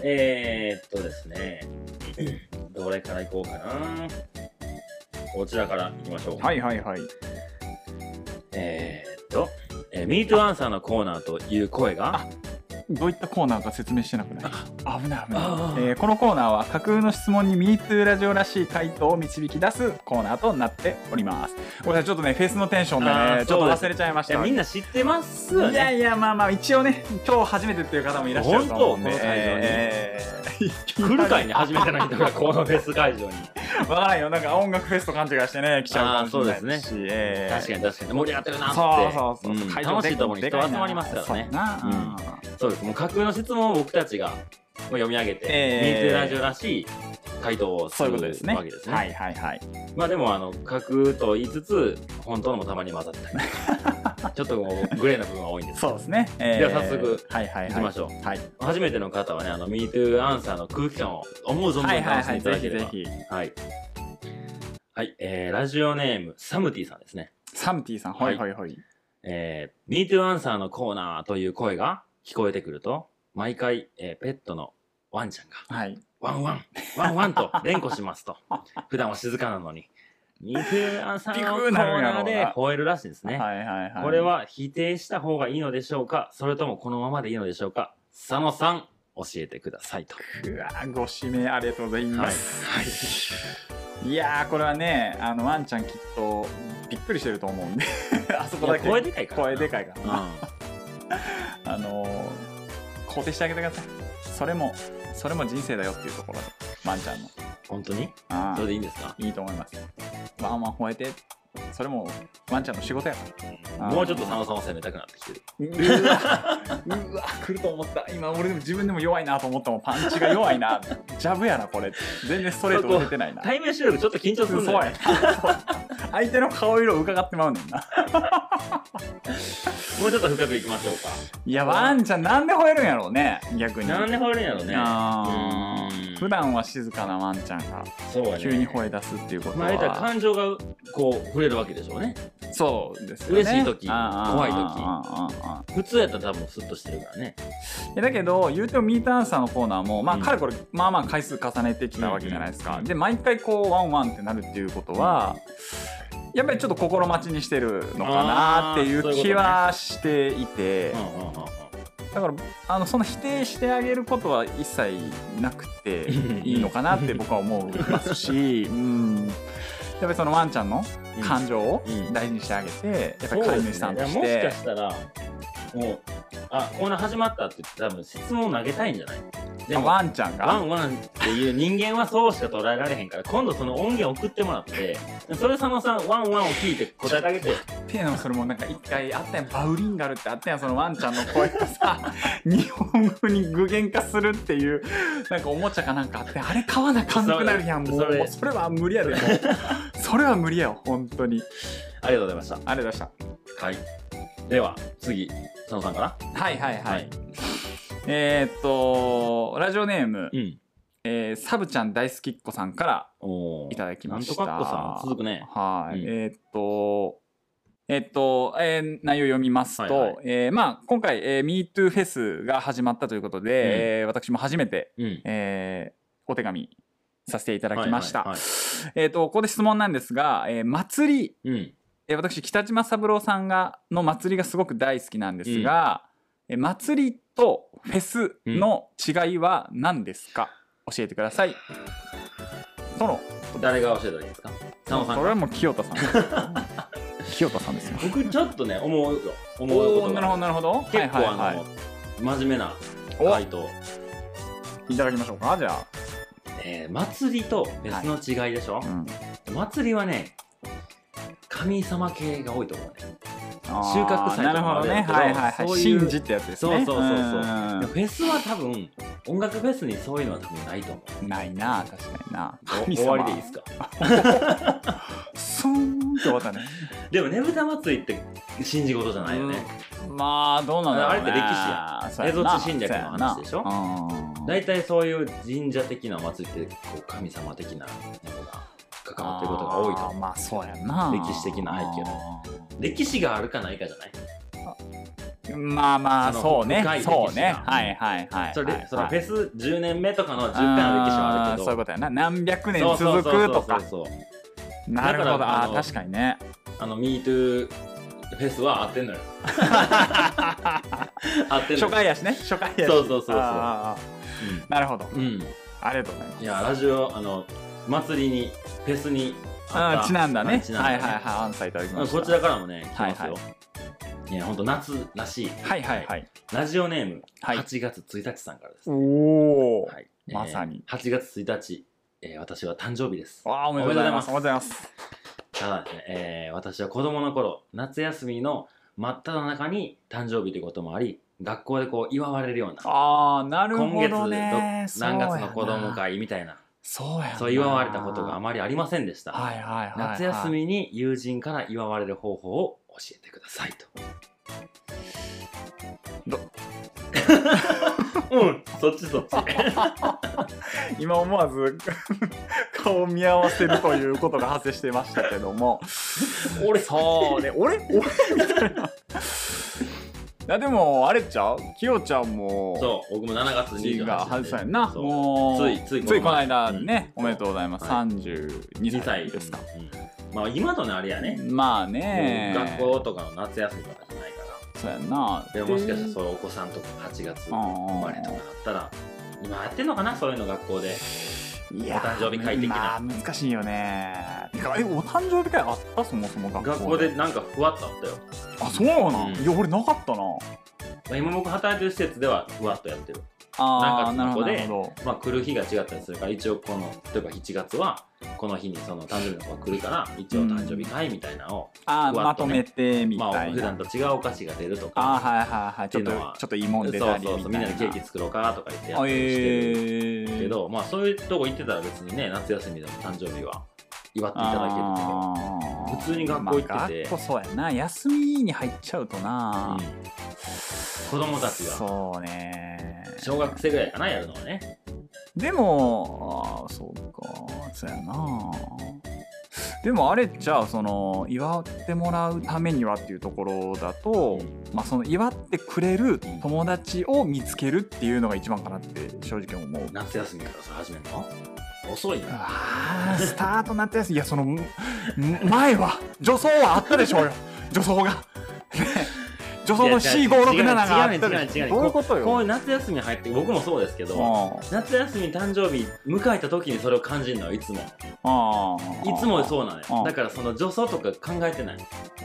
えーっとですね。どれから行こうかな。こちらから行きましょう。
はいはいはい
えーっと、えー、MeToo アンサーのコーナーという声が。
どういったコーナーか説明してなくない危ない危ない
あ、
えーこのコーナーは架空の質問に MeToo ラジオらしい回答を導き出すコーナーとなっておりますごめんなさいちょっとねフェスのテンションで
あー
ねちょっと
そうです
忘れちゃいまし
いや
た
みんな知ってますよね。
いやいやまあまあ一応ね今日初めてっていう方もいらっしゃると思うんで
本当この会場に
えー
来るかいね、初めての人がこのフェス会場に。
わからんよなんか音楽フェスと勘違いしてね来ちゃうかもしれないし、えー
確かに確かに、盛り上がってるなって。
そうそうそう、
ん
会場
楽し
で
いところに人が集まりますからね
そう。やな、
そうです、もう架空の質問を僕たちが読み上げて、
えー
MeToo ラジオらしい回答をす
そういう
る
ことですね
わけですね。
はいはいはい
まあでも、あの、架空と言いつつ、本当のもたまに混ざったりと かちょっとこうグレーな部分は多いんですけ
そう
ど。
ですね、えー
では早速
はいはいはい
行きましょう。
はい
初めての方はね、あの、MeToo アンサーの空気感を思う存分
はいは
楽
い
しん
は
でい
い、ぜ
ただけ
ひ
れば。
ぜ
はい
ひ。
はい。えーラジオネーム、サムティさんですね。
サムティさん、
は
はいいはいはい。
えー、MeToo アンサーのコーナーという声が聞こえてくると、毎回、えーペットのワンちゃんが、
はい。
ワンワン、ワンワンと連呼しますと。 普段は静かなのに、MeToo アンサーのコーナーで吠えるらしいですね。
はいはいはい。
これ、は否定した方がいいのでしょうかそれともこのままでいいのでしょうか佐野さん、教えてくださいと。
うわーご指名ありがとうございます。はい。いやー、これはね、あの、ワンちゃんきっとびっくりしてると思うんで、 あそこだ
い
け
や声でかいからな。
声でかいからな。
う
あのー、肯定してあげてください。それも、それも人生だよっていうところで、ワンちゃんの。
本当に
あ
それでいいんですか
いいと思いますワンワン吠えてそれもワンちゃんの仕事やからあー
もうちょっと佐野さんを攻めたくなってきてる。
うわうわ来ると思った今俺でも自分でも弱いなと思ったもんパンチが弱いなジャブやなこれ全然ストレート打ててないな
対面収録ちょっと緊張す
そ
る
うんそ
だ
う
よ
やな相手の顔色を伺ってまうねんな
もうちょっと深くいきましょう
いやワンちゃんなんで吠えるんやろうね逆に
か。なんで吠えるんやろね。
あー
うん
普段は静かなワンちゃんが
そうやね。
急に吠え出すっていうこと
まあ、言ったら
は
感情がこう触れるわけでしょうね。
そうですよね
嬉しい時
あー
怖い時
あーあーあーあ
普通やったら多分スッとしてるからね。
ーいやだけど言うてもミートアンサーのコーナーもまあ
うん
かれこれまあまあ回数重ねてきたわけじゃないです
う
か
ん
で毎回こうワンワンってなるっていうことはやっぱりちょっと心待ちにしてるのかなってい
あーそういう
う
ことね
気はしていて
うんうんうんうん
だからあのその否定してあげることは一切なくていいのかなって僕は思います し、うん、やっぱりそのワンちゃんの
うん
感情を
うん
大事にしてあげて、やっぱ
そ
り
う
飼い
で
主
す
さん
ね
と
いや
し
もしてかしたら、もう、あ、コーナー始まったって多分質問投げたいんじゃないで
あ
も、ワ
ワンちゃんが
ンワンっていう人間はそうしか捉えられへんから、今度その音源送ってもらって、それ佐野さん、ワンワンを聞いて答えてあげて。
っていうのもそれもなんか一回あったやんバウリンガルってあったやんそのワンちゃんの声を さ日本語に具現化するっていうなんかおもちゃかなんかあってあれ買わなあかんなくなるやんもう
そ
そ
れ
れは無理やでもうそれは無理やよ本当に
ありがとうございました。
あれ出した
はい。では、次、佐野さんかな。
はいはいはい、。えーっとラジオネーム、
うん。
えーサブちゃん大好きっ子さんから
おー
いただきました
なんとかっこさん、続くね。
はい、
うん
えーっとえーっと、えー内容読みますと、
はいはい
えーまあ、今回、えー、MeToo フェスが始まったということで、えー私も初めて、
うん。
えーお手紙させていただきました、
はいはい
えーっとここで質問なんですが、えー祭り
うん。
えー私北島三郎さんがの祭りがすごく大好きなんですが、えー祭りとフェスの違いは何ですか、教えてください。との
誰が教えたらいいですか佐野さ
そ
ん
れ
が。
はもう清 田さん清田さんですよ。
僕、ちょっとね、思うよ。思うこ
お
と
おな
が
るほどなるほど。
結構、
はいはい
あの真面目な
は
回
い、
答、
おいただきましょうかじゃあ。
えー祭りと別の違いでしょ、
うん
祭りはね神様系が多いと思うね
あー
収穫祭
な
と
る
かもあ
ほど
る
ね
けど
はいはいはい
そういう
神事ってやつですね
そうそうそうそうんでフェスは多分音楽フェスにそういうのは多分ない と思う
ないな確かにな
お終わりでいいですか
スーンって終わったね
でもねぶた祭りって信じ事じゃないよね、
まあどうなんだろう、ね、
あれって歴史や
そうな
蝦夷地侵略の話でしょ
そうやなうん
大体そういう神社的な祭りってこう神様的なものが関わってることが多いと
あ
思
ーまあそうやな
歴史的な背景う歴史があるかないかじゃない
景まあまあ
その
そうね
深い歴史が
そうねはいはいはい
それ、
はい
そのフェス10年目とかの10回の歴史はあ
あー
るけど
そういうことやな何百年
そうそ
続
うそ
く
うそ
と
うそ
か
うそう
なる
だ
ほ
か
ど
ら
あ
あの
ー確かに ね
あの MeToo フェスは合ってんのよ合ってんの
初回やしね初回やし
そうそうそうそう
あーあーあーなるほど
うん、うん
ありがとうございます
いやラジオあの祭りにフェスに
あーちなんだね
あちなんだね
はいはいはいアンサーいただき
う
ま
ん
した
こちらからもね来ますよ、
はい
いやほんと夏らしい
はいはいはい
ラジオネーム、
はい
8月1日さんからです、
おお
い
まさに、
えー8月1日、えー私は誕生日です
わあおめでとうございますおめでと
おめ
うございます
ただですね、えー私は子供の頃夏休みの真っ只中に誕生日ということもあり学校でこう祝われるような
ああなる
今
ほ
月ど
どね
何月の子供会みたいな
そうやな
そう祝われたことがあまりありませんでした、
はいはいはいはい
夏休みに友人から祝われる方法を教えてくださいと
ど
うんそっちそっち
今思わず 顔を見合わせるということが発生してましたけども
俺
そうね俺俺み たいないやでもあれちゃうきよちゃんも
そう僕も7月
次
28
が
日
外さんやな
そう
もう
ついついこの前
ついこの間ね、
うん
おめでとうございます、
はい
32
2歳
歳ですか、、
うんまあ今とねあれやね、
まあね
もう学校とかの夏休みとかじゃないから
そうやんな
でももしかしたら
う
そういうお子さんとか8月生
生
まれとかだったら今やってんのかなそういうの学校で
いや
お誕生日会的な
まあ、難しいよねてかえお誕生日会あったそもそも学校
学校でなんかふわっとあったよ、
あそうなん、
うん
いや俺なかったな
まあ、今僕働いてる施設ではふわっとやってる
ああ
な
なんるほ
かここ
ど
で
なるほ
まあ、来る日が違ったりするから一応この例えば7月はこの日にその誕生日の子が来るから一応誕生日会みたいなのを、
どああ
ふわ
ま
っと
と
ね
めてみ
ま
た
あ
い
普
な、
段と違うお菓子が出ると
ああ
か
はいはいはいちょっと
っていうのは
ちょっといいもん出たりみ
そう
た
そう
いな
そうみんなでケーキ作ろうかとか言ってやったりしてる
ええ
けど、まあそういうとこ行ってたら別にね夏休みでも誕生日は祝っていただけるけど。
あー
普通に学校行ってて
まあ、学校そうやな休みに入っちゃうとな、
うん子供たちが
そうね
小学生ぐらいかなやるのはね
でもあーそうかそうやなでもあれじゃあその祝ってもらうためにはっていうところだと、まあ、その祝ってくれる友達を見つけるっていうのが一番かなって正直思う。
夏休みからさ始めるの遅いな
あースタートなったやついやそのん前は助走はあったでしょう よ助走が。ね助走の C567 があったでし
違う違う違う違う違
ょ
う
どういうこと
こうい
よ。
う夏休み入って僕もそうですけど
あ
夏休み誕生日迎えた時にそれを感じるのはいつも
あ
いつも
う
そうなの
う
よ
ん
だからその女装とか考えてない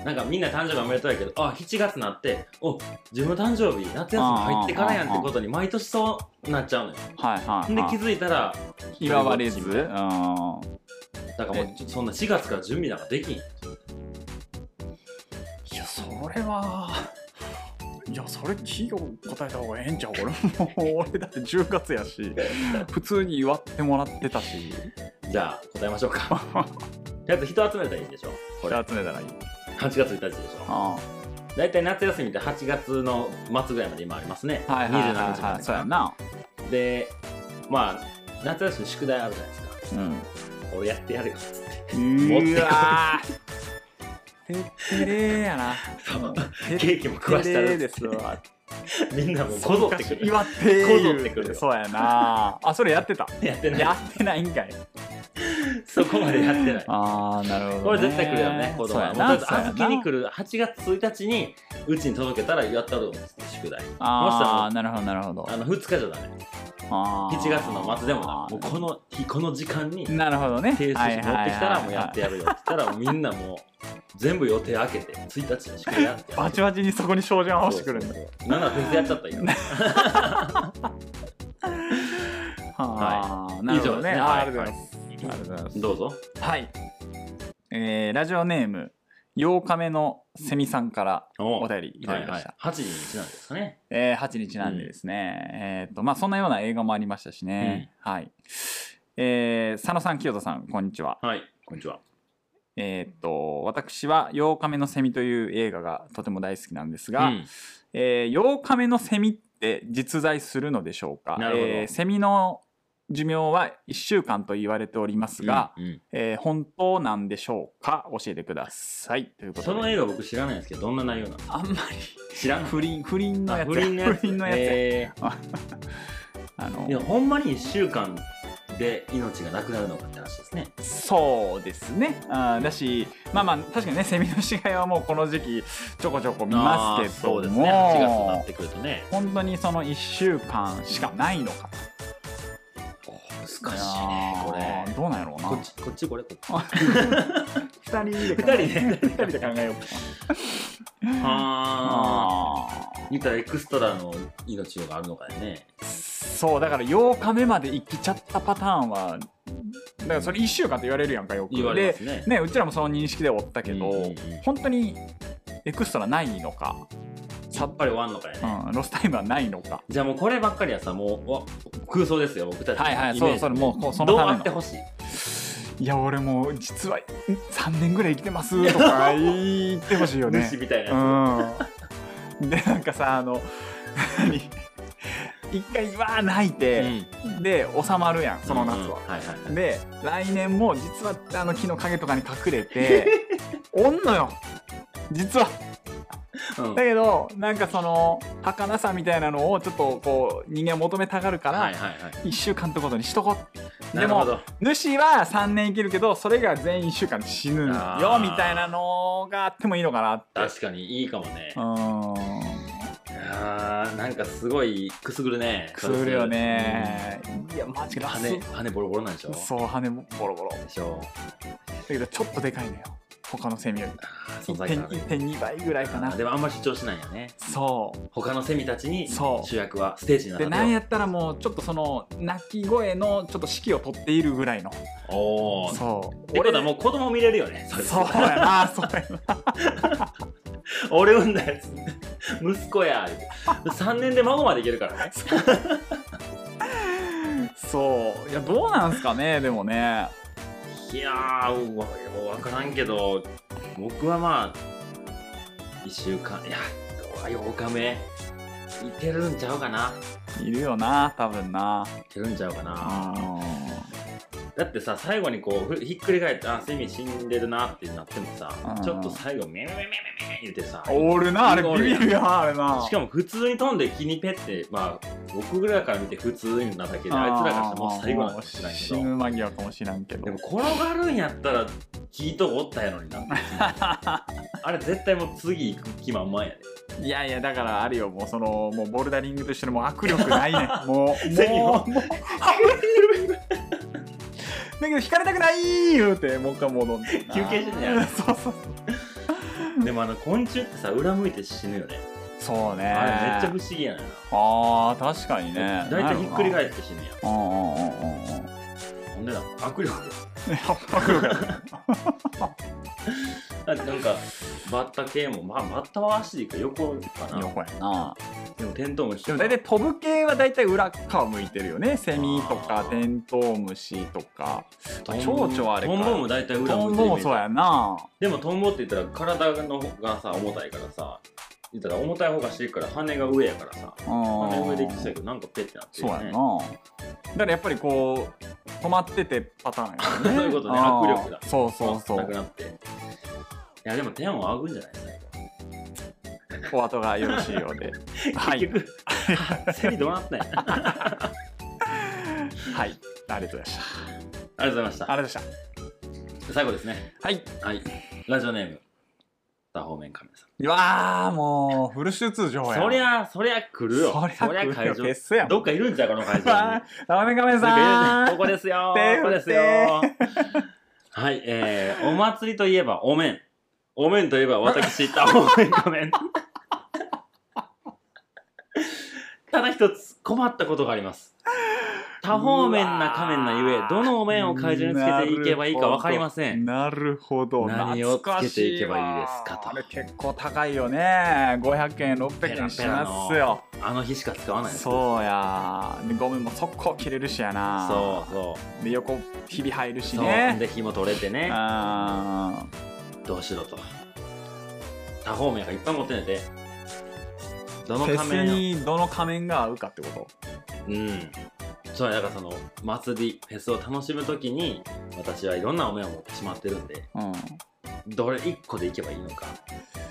なんかみんな誕生日おめでとうやけどあ7月になってお自分の誕生日夏休み入ってからやんってことに毎年そうなっちゃうのよ
はいはい、
で
はい
気づいたら
祝われず、
だ
うん、4
からもうちょそんな4月から準備なんかできん
いやそれはいやそれ企業答えた方がええんちゃう俺も俺だって10月やし普通に祝ってもらってたし
じゃあ答えましょ うかとりあえず人集めたらいいでしょこれ8
集めたらいい
月1日でしょ
あ
大体夏休みって8月の末ぐらいまで今ありますね、
あはいはいはい、
27日ま
は
で
い、そうや
かな
な
でまあ夏休み宿題あるじゃないですか
う
俺やってやるよっつって
んうわてってれーやな
そう
てっ
ケーキも食わした
て
る
れー
っつっ
で
て
すわ
みんなもうこぞってくる
祝って
こぞってくるよ
そうやなあそれやってた
やってない
やってないんかい
そこまでやってない
ああなるほど、ね、
これ絶対来るよね子供
そう
は
や
も
な
うとりあえず
そうやな
預けに来る8月1日にうちに届けたらやったろうっつって宿題
ああなるほどなるほど
あの2日じゃダメ
あー
7月の末でもダメもうこの日この時間に
なるほどね
提出
はい
し
はい
持
はい
ってきたらもうやってやるよって言ったらみんなもう全部予定開けて1日に宿題やって
バチバチにそこに照準合わせてくるんだ
7は別でやっちゃったらいいよ
はあなるほどね
以上ですね
あ
はい
ーありがとうございますありがとうございます
どうぞ
はいえーラジオネーム8日目のセミさんからお便りいただきました、
8時に1なんですかね
えー8日なんでですね、えーっとまあそんなような映画もありましたしね、はいえー佐野さん清田さんこんにちは
はいこんにちは
えーっと私は「8日目のセミ」という映画がとても大好きなんですが、
うん
えー、8日目のセミって実在するのでしょうか
なるほど
えーセミの寿命は1週間と言われておりますが、
うんうん
えー本当なんでしょうか教えてくださいということで
その映画僕知らないんですけどどんな内容なの
あんま
知らん
り 不倫不倫の
あ
やつ
不倫のやつ
不倫のやつや
え
あの
ーいやほんまに1週間で命がなくなるのかって話ですね
そうですねあーだしまあまあ確かにねセミの死骸はもうこの時期ちょこちょこ見ますけ
あ
ども
ーそうですね8月になってくるとね
本当にその1週間しかないのか
難しい
な
ねこれ
どうなんやろうな
こっちこっちこれこっち
あ二人で考え
二人ね
二人で考えようか
あ
あ
あ見たらエクストラの命があるのかよね
ーそうだから8日目まで行きちゃったパターンはだからそれ1週間と言われるやんかよく
言われますね
でねうちらもその認識でおったけど、
うんうんうん
本当にエクストラないのか、
さっぱり終わんのかよね、
うん、ロスタイムはないのか
じゃあもうこればっかりはさもうわ空想ですよ僕たちの
はいはい
イメージ
そうそうもうこうその
どう
ための
あってほしい
いや俺もう実はん3年ぐらい生きてますとか言ってほしい よね
主みたいなや
うん、でなんかさあの 何一回わー泣い
つ、
て、
うん
で収まるやんその夏
うんうん
は。
はいはいはい
で来年も実はあの木の陰とかに隠れ ておんのよ実は
うん
だけどなんかその儚さみたいなのをちょっとこう人間は求めたがるから、
はいはいはい
1週間ってことにしとこう
な
で
るほ
も
ど
主は3年生きるけどそれが全員1週間で死ぬ
あ
よ
ー
みたいなのがあってもいいのかなって
確かにいいかもね
うん
あーなんかすごいくすぐるね
くすぐるよね、いやマジ
うん
か
羽羽ボロボロなんでしょ
そう羽もボロボロだ
でしょ
けどちょっとでかいのよ他のセミより
存在感ある
1.2 1.2倍ぐらいかな
でもあんまり主張しないんやね
そ
他のセミたちに
そう
主役はステージに
う
な
でなん
っ
やったらもうちょっとその鳴き声のちょっと指揮を取っているぐらいの
おおー
そう
俺だもう子供見れるよねれ
そうやなそうやな
俺産んだやつ息子や言うて3年で孫までいけるからね
そういやどうなんすかねでもね
いやーわ分からんけど僕はまあ1週間いやどうや8日目いけるんちゃうかない
るよな多分ない
けるんちゃうかな
う
だってさ最後にこうふひっくり返ってあセミ死んでるなってなってもさ
うん
ちょっと最後メメメメメメ言ってさ
んおるなあれ
おる
ビビ
やん
るよなあれな
しかも普通に飛んで気にペってまあ僕ぐらいから見て普通なだけであいつらからしたらもう最後
も
なんか
う
もしれないけ
死
ど
ぬ間際かもしらんけど
でも転がるんやったら聞いとこおったやの になあれ絶対もう次行く気満々やで
いやいやだからあるよもうそのもうボルダリングとしてのもう握力ないね もう
セミ
も
は
うもう だけど引かれたくない言うてもう一回戻んねんな
休憩してんじゃん
そうそう
でもあの昆虫ってさ裏向いて死ぬよね
そうね
あれめっちゃ不思議やねんな
あー確かにね
だいたいひっくり返って死ぬや
うんうん うんうんうん
んほんでな握力
いや握力や
だってなんかバッタ系もまあバッタは足でいいか横かな
横やな
でもテントウムシ
でも大体飛ぶ系は大体裏側向いてるよねセミとか
あー
テントウムシとか
トン
蝶
ボ
々はあれか
トンボも大体裏
ト
向い
ンボ
てるイメー
も
ジ
そうやな
でもトンボって言ったら体の方がさ重たいからさ言ったら重たい方がしてるから羽が上やからさ羽
う
上
ん
できそうやけどなんかペってなって
そう
る
や
よ
な
ね
だからやっぱりこう止まっててパターンやね
そういうことね
あー
握力だ
そうそうそ
なく
う
なっていやでも手も仰ぐんじゃないですか
お後がよろしいようではい
結局 セミどうなったんやありが
はいありがとうございました
とうございまし
あ
た
りがとうございまし
最後ですね
たはい
はいラジオネーム多方面カメさん
いやーもうフル出場や
そりゃそりゃ来るよ
そりゃ来るよ
会
フェスやも
場
ん
どっかいるんじゃうこの会 場に
ダメカメさ
こ
ん
こですよ
手
ここですよはいえー、お祭りといえばお面お面といえば私多方面仮面ただ一つ困ったことがあります多方面な仮面なゆえどのお面を会場につけていけばいいか分かりません
なるほど
何をつけていけばいいですかと
懐しいわあれ結構高いよね500円600円しますよ
あの日しか使わないです
そうやでゴムも速攻切れるしやな
そうそう
で横ひび入るし
そう、
ね
で紐取れてね
あ
どうしろと多方面がいっぱい持ってねてど
ー
の
フェ
仮
ス
面を
にどの仮面が合うかってこと
うんそうだからその祭りフェスを楽しむときに私はいろんなお面を持ってしまってるんで
うん、
どれ一個でいけばいいのか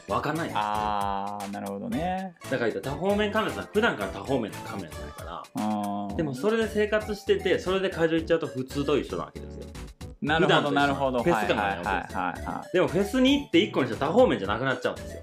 わかんないんです
あーなるほどね、
だから言ったら多方面仮面さん普段から多方面の仮面だから
うん、
でもそれで生活しててそれで会場行っちゃうと普通と一緒なわけですよ
なるほ
普段と
ど
一緒
なるほど
フェス感が
はい
ない
はい
わけです
はいはいはい
でもフェスに行って一個にしたら多方面じゃなくなっちゃうんですよ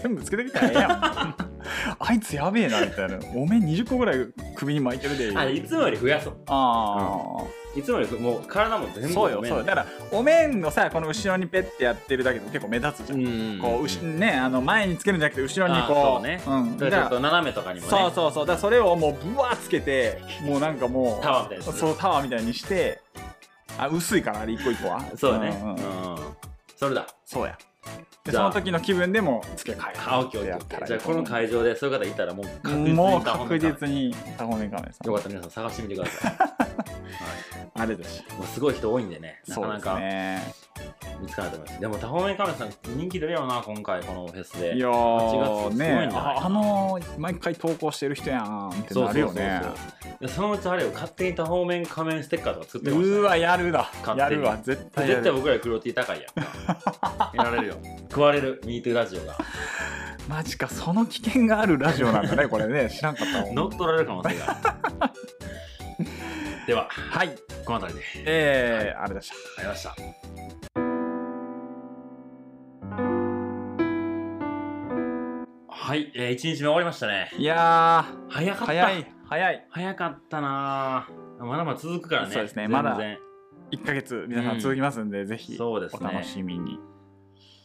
全部つけてきたらええやん あいつやべえなみたいなお面20個ぐらい首に巻いてるで
あいつもより増やそう
ああ、
いつもよりもう体も全部
そうよ
お面
そうよだからお面のさこの後ろにペッてやってるだけでも結構目立つじゃん、
うん
こううしねあの前につけるんじゃなくて後ろにこう
あーそうね
うん、だ
だ
か
か
ら
ちょっと
ら
斜めとかにもね
そうそうそうだからそれをもうぶわーつけてもうなんかもう
タワーみたいなやつ
そうタワーみたいにしてあ薄いからあれ一個一個は
そうだね
んん
うんそれだ
そうやで
じ
そ
ゃ
の
あ
時の気分でも付け替える
あオッケーオッケーオッケーじゃあこの会場でそういう方いたらもう確実に
もう
ダホン
確
だよ
実にタコメカメさん
かったら皆さん探してみてください
あれだし
もうすごい人多いんでねな
そ
か
う
な
です
か
ね
見つからないと思いますでも多方面カメラさん人気出るよな今回このフェスで
いや
8
ー
月すごいんじゃない
ねああのー毎回投稿してる人やんってなるよね
そうそうそうでそのうちあれを勝手に多方面仮面ステッカーとか作って
う
ました
ー
ね
わやるだ
勝手に
やるわ絶対や
絶
る
対僕ら黒 T 高いやんかやられるよ食われる MeToo ラジオが
マジかその危険があるラジオなんだ ねこれね知らんかったもん
乗っ取られる可能性があるでは
はい
この辺りで
えー、あれでした
ありましたはい、えー、1日目終わりましたね
いや
早
ー
かった
早い早い
早かったなあまだまだ続くからね
そうですね
全
ま
然
だ1ヶ月皆さん続きますんで、ぜひ
そうです
お
ね
楽しみに、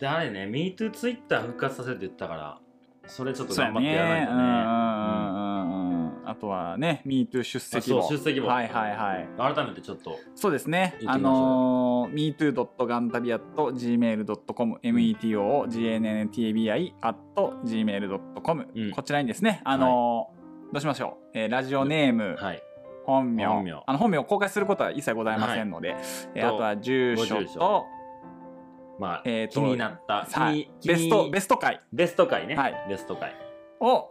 であれね MeTooTwitter 復活させるって言ったからそれちょっと
そうや
頑張って
ね
やらないと
う
ね
んうんうんうんあとはね MeToo 出
あ
席
そ
簿
う出席も
はいはいはい
改めてちょっと
そうですね。
行
あ
きましょ
のー、metoo.gantabi.gmail.com、metoo.ganntabi.gmail.com、
うん
こちらにですね、あのーどうしましょう、えーラジオネーム、
はい
本名
本名
あの本名を公開することは一切ございませんので、えーあ
と
とは住所
ご
と
住所まあ、
えーと
気になった気に、
はい
気に
ベストベスト回
ベスト回ね、
はい
ベスト回
を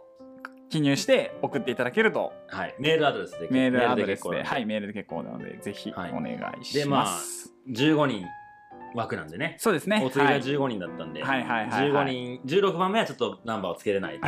記入して送っていただけると
はいメールアドレスで
メールアドレス
メー
で
ル結構なん
はいメールで結構なのでぜひお
はい
願い
で
し
まあ
ます、
15人枠なんでね
そうですね
お次
は
が
い
15人だったんで、
はいはいはいはい
15人16番目はちょっとナンバーをつけれないと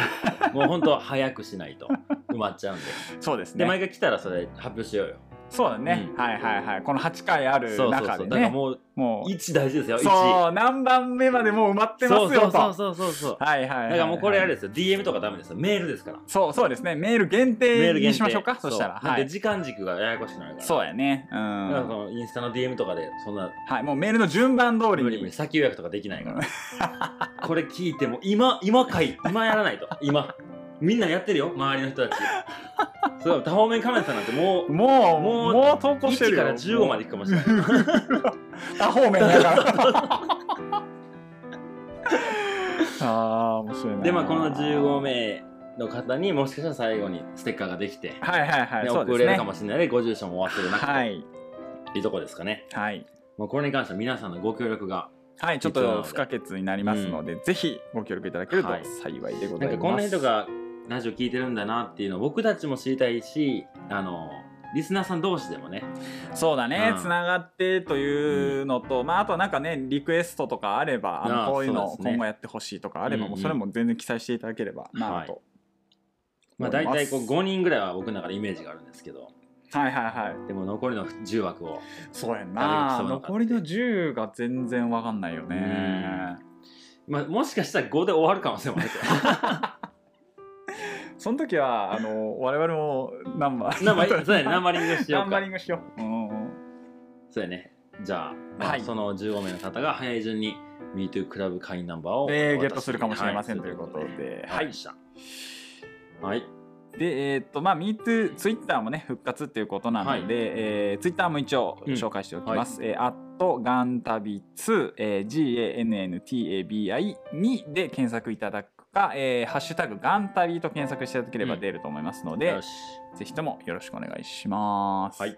もうほんと早くしないと埋まっちゃうんで
そうです
で
ね
毎回来たらそれ発表しようよ
そうだね、
うん
はいはいはいこの8回ある
そうそう
中
そ
で
う、だから
ね
もう
もう
1大事ですよ1
そう何番目までもう埋まって
そ
ま
う
すよと
そうそうそうそう
はいはいはい、はい、
だからもうこれあれですよ DM とかダメですよメールですから
そうそうですねメール限
メー
定
ル限
に
定
しましょうかそしたら
うだっ
は
て
い
時間軸がややこしくなるから
そうやねう
だからそ
ん
のインスタの DM とかでそんな
はいもうメールの順番通り
無理無理
に
先予約とかできないから これ聞いても今今かい今やらないと今みんなやってるよ周りの人たちそう多方面カメラさんなんてもう
もう
も
も
う
う投稿して
1
る
か
よ
ら15までいくかもしれない
多方面だからああ面白いな
でまあこの15名の方にもしかしたら最後にステッカーができて、
はいはいはい、
ね
そうで
送
す
れる
ね
かもしれないでご住所も忘れなくて、、
はいい
いとこですかね
はい
もうこれに関しては皆さんのご協力が
はい、ちょっ
必要なの
と
で
不可欠になりますので、ぜひご協力いただけると
はい
幸いでござ
なん
い
か
ます。
こんな人がラジオ聞いてるんだなっていうのを僕たちも知りたいしあのリスナーさん同士でもね
そうだね、
うん
つながってというのと、まあ、あとはなんかねリクエストとかあればあ
ああ
のこういうの
そう
を
ですね
今後やってほしいとかあれば、
うんう
も
ん
うそれも全然記載していただければなと、
ま
思
あ、
い
大
ます
体こう5人ぐらいは僕の中でイメージがあるんですけど
はい、はいはい
でも残りの10枠を
そうやん
誰が来
な
そうなのか
残りの10が全然わかんないよね、
まあ、もしかしたら5で終わるかもしれません
その時はあ の我々もナンバー
ナンバリングそうやねナンバリングしよ
ナ
う
ンバ
か
リングしよう、うんうん
そうやねじゃあ、まあ
はい
その15名の方が早い順に MeToo クラブ会員ナンバーを
えー
お渡し
ゲットするかもしれません
は
ということで
は
はい
いしたはい
で、えーっと、まあ、MeToo、ツイッターもね、復活っていうことなので、えー、ツイッターも一応
うん
紹介しておきます。えー、ガンタビ2、えー、GANNTABI2 で検索いただくか、えーハッシュタグガンタビと検索していただければ
うん
出ると思いますので、
よし
ぜひともよろしくお願いします。
はい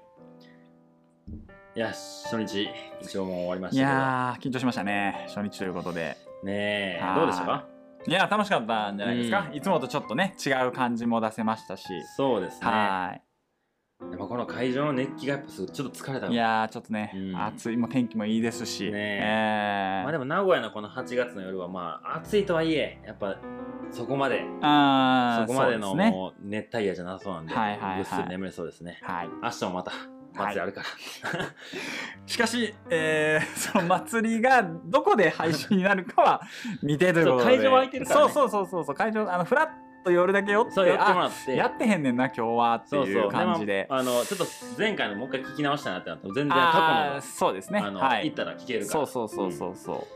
よし初日一応もう終わりまし
い
たけど
やー、緊張しましたね、初日ということで。
ねえ
はい
どうでしたか
いやー、楽しかったんじゃないですか。
う
いつもとちょっとね、違う感じも出せましたし。
そうですね
はーい。
でもこの会場の熱気がやっぱすごいちょっと疲れたの
いやーちょっとね、
うん
暑いもう天気もいいですし、
ね
えー
まあでも名古屋のこの8月の夜はまあ暑いとはいえやっぱそこまで
あ
そ
ー
こまでの
そうですね
もう熱帯夜じゃなさそうなんで、
はいはいはい
ぐっすり眠れそうですね。
はい、
明日もまた祭りあるから、
しかし、えー、 その祭りがどこで配信になるかは未定ということで
そう会場空いてるからね
そうそうそうそうそう会場あのフラッと夜だけ寄って
そうやっても
あ
らって。
やってへんねんな今日はって
そう
い
そう
感じで
まああのちょっと前回のもう一回聞き直したなってなったら全然
あー
過
そうです
去
ね
の,、あの
は
行っ
い
たら聞けるか
そ
ら
うそうそうそうそ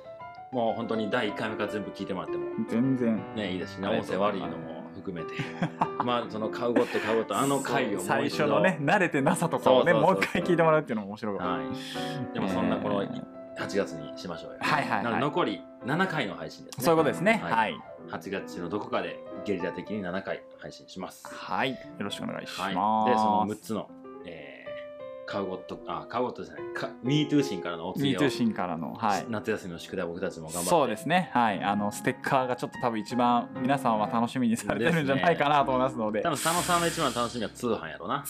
う、
もう本当に第1回目から全部聞いてもらっても
全然
ねいいですしね
あり
音
がとうござ
声悪
い
い
ます
のも含めて まあその「買うごと買うごと」あの回をもう一度
最初のね慣れてなさとかをね
そうそうそ
も
うそう
う一回聞いてもらうっていうのも面白いかも
はい、でもそんなこの
えー
8月にしましょうよ、
はいはい
なの
は
で
い
残り7回の配信ですね
そういうことですね
はい
はい
8月のどこかでゲリラ的に7回配信します。
はい、よろしくお願いします。
はい、で、その6つの、えー、カウゴット、あ、カウゴットじゃない、MeToo シーンからのお次を
MeToo シーンからの、はい。
夏休みの宿題、僕たちも頑張って。
そうですね、はい、あのステッカーがちょっと多分一番皆さんは楽しみにされてるんじゃないかなと思いますので
多分佐野さんの一番の楽しみは通販やろうな。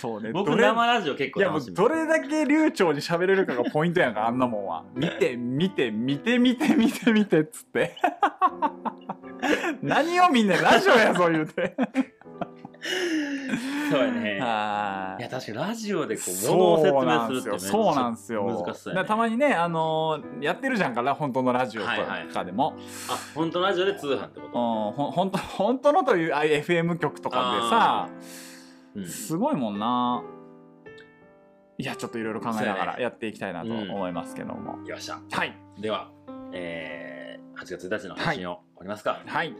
そうね
僕、
どれ
生ラジオ結
い
構
やもう
楽しみ。
どれだけ流暢に喋れるかがポイントやん かあんなもんは見て見て見て見て見て見てっつって 何を見んねんラジオやぞ言うて
そうやね。
はい
や、確かにラジオでこう、物を説
そうなん
明す
です
るってめ
よ。
っちゃ
そうなんですよ。
難しそ
だか
うや、
ら
ね。
たまにね、あのーやってるじゃんから本当のラジオとかでも、
あ、本当ラジオで通販ってこ
うんほん本当本当のというあ FM 局とかでさ、
うん
すごいもんないやちょっといろいろ考えなが
そうや
ら
ね
やっていきたいなと思いますけども、
よっしゃ
はい
では、えー、8月1日の配信を終わりますか、
はい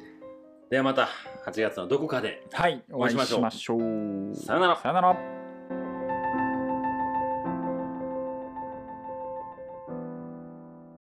ではまた8月のどこかで
はいお会いしましょう
さよなら
さよなら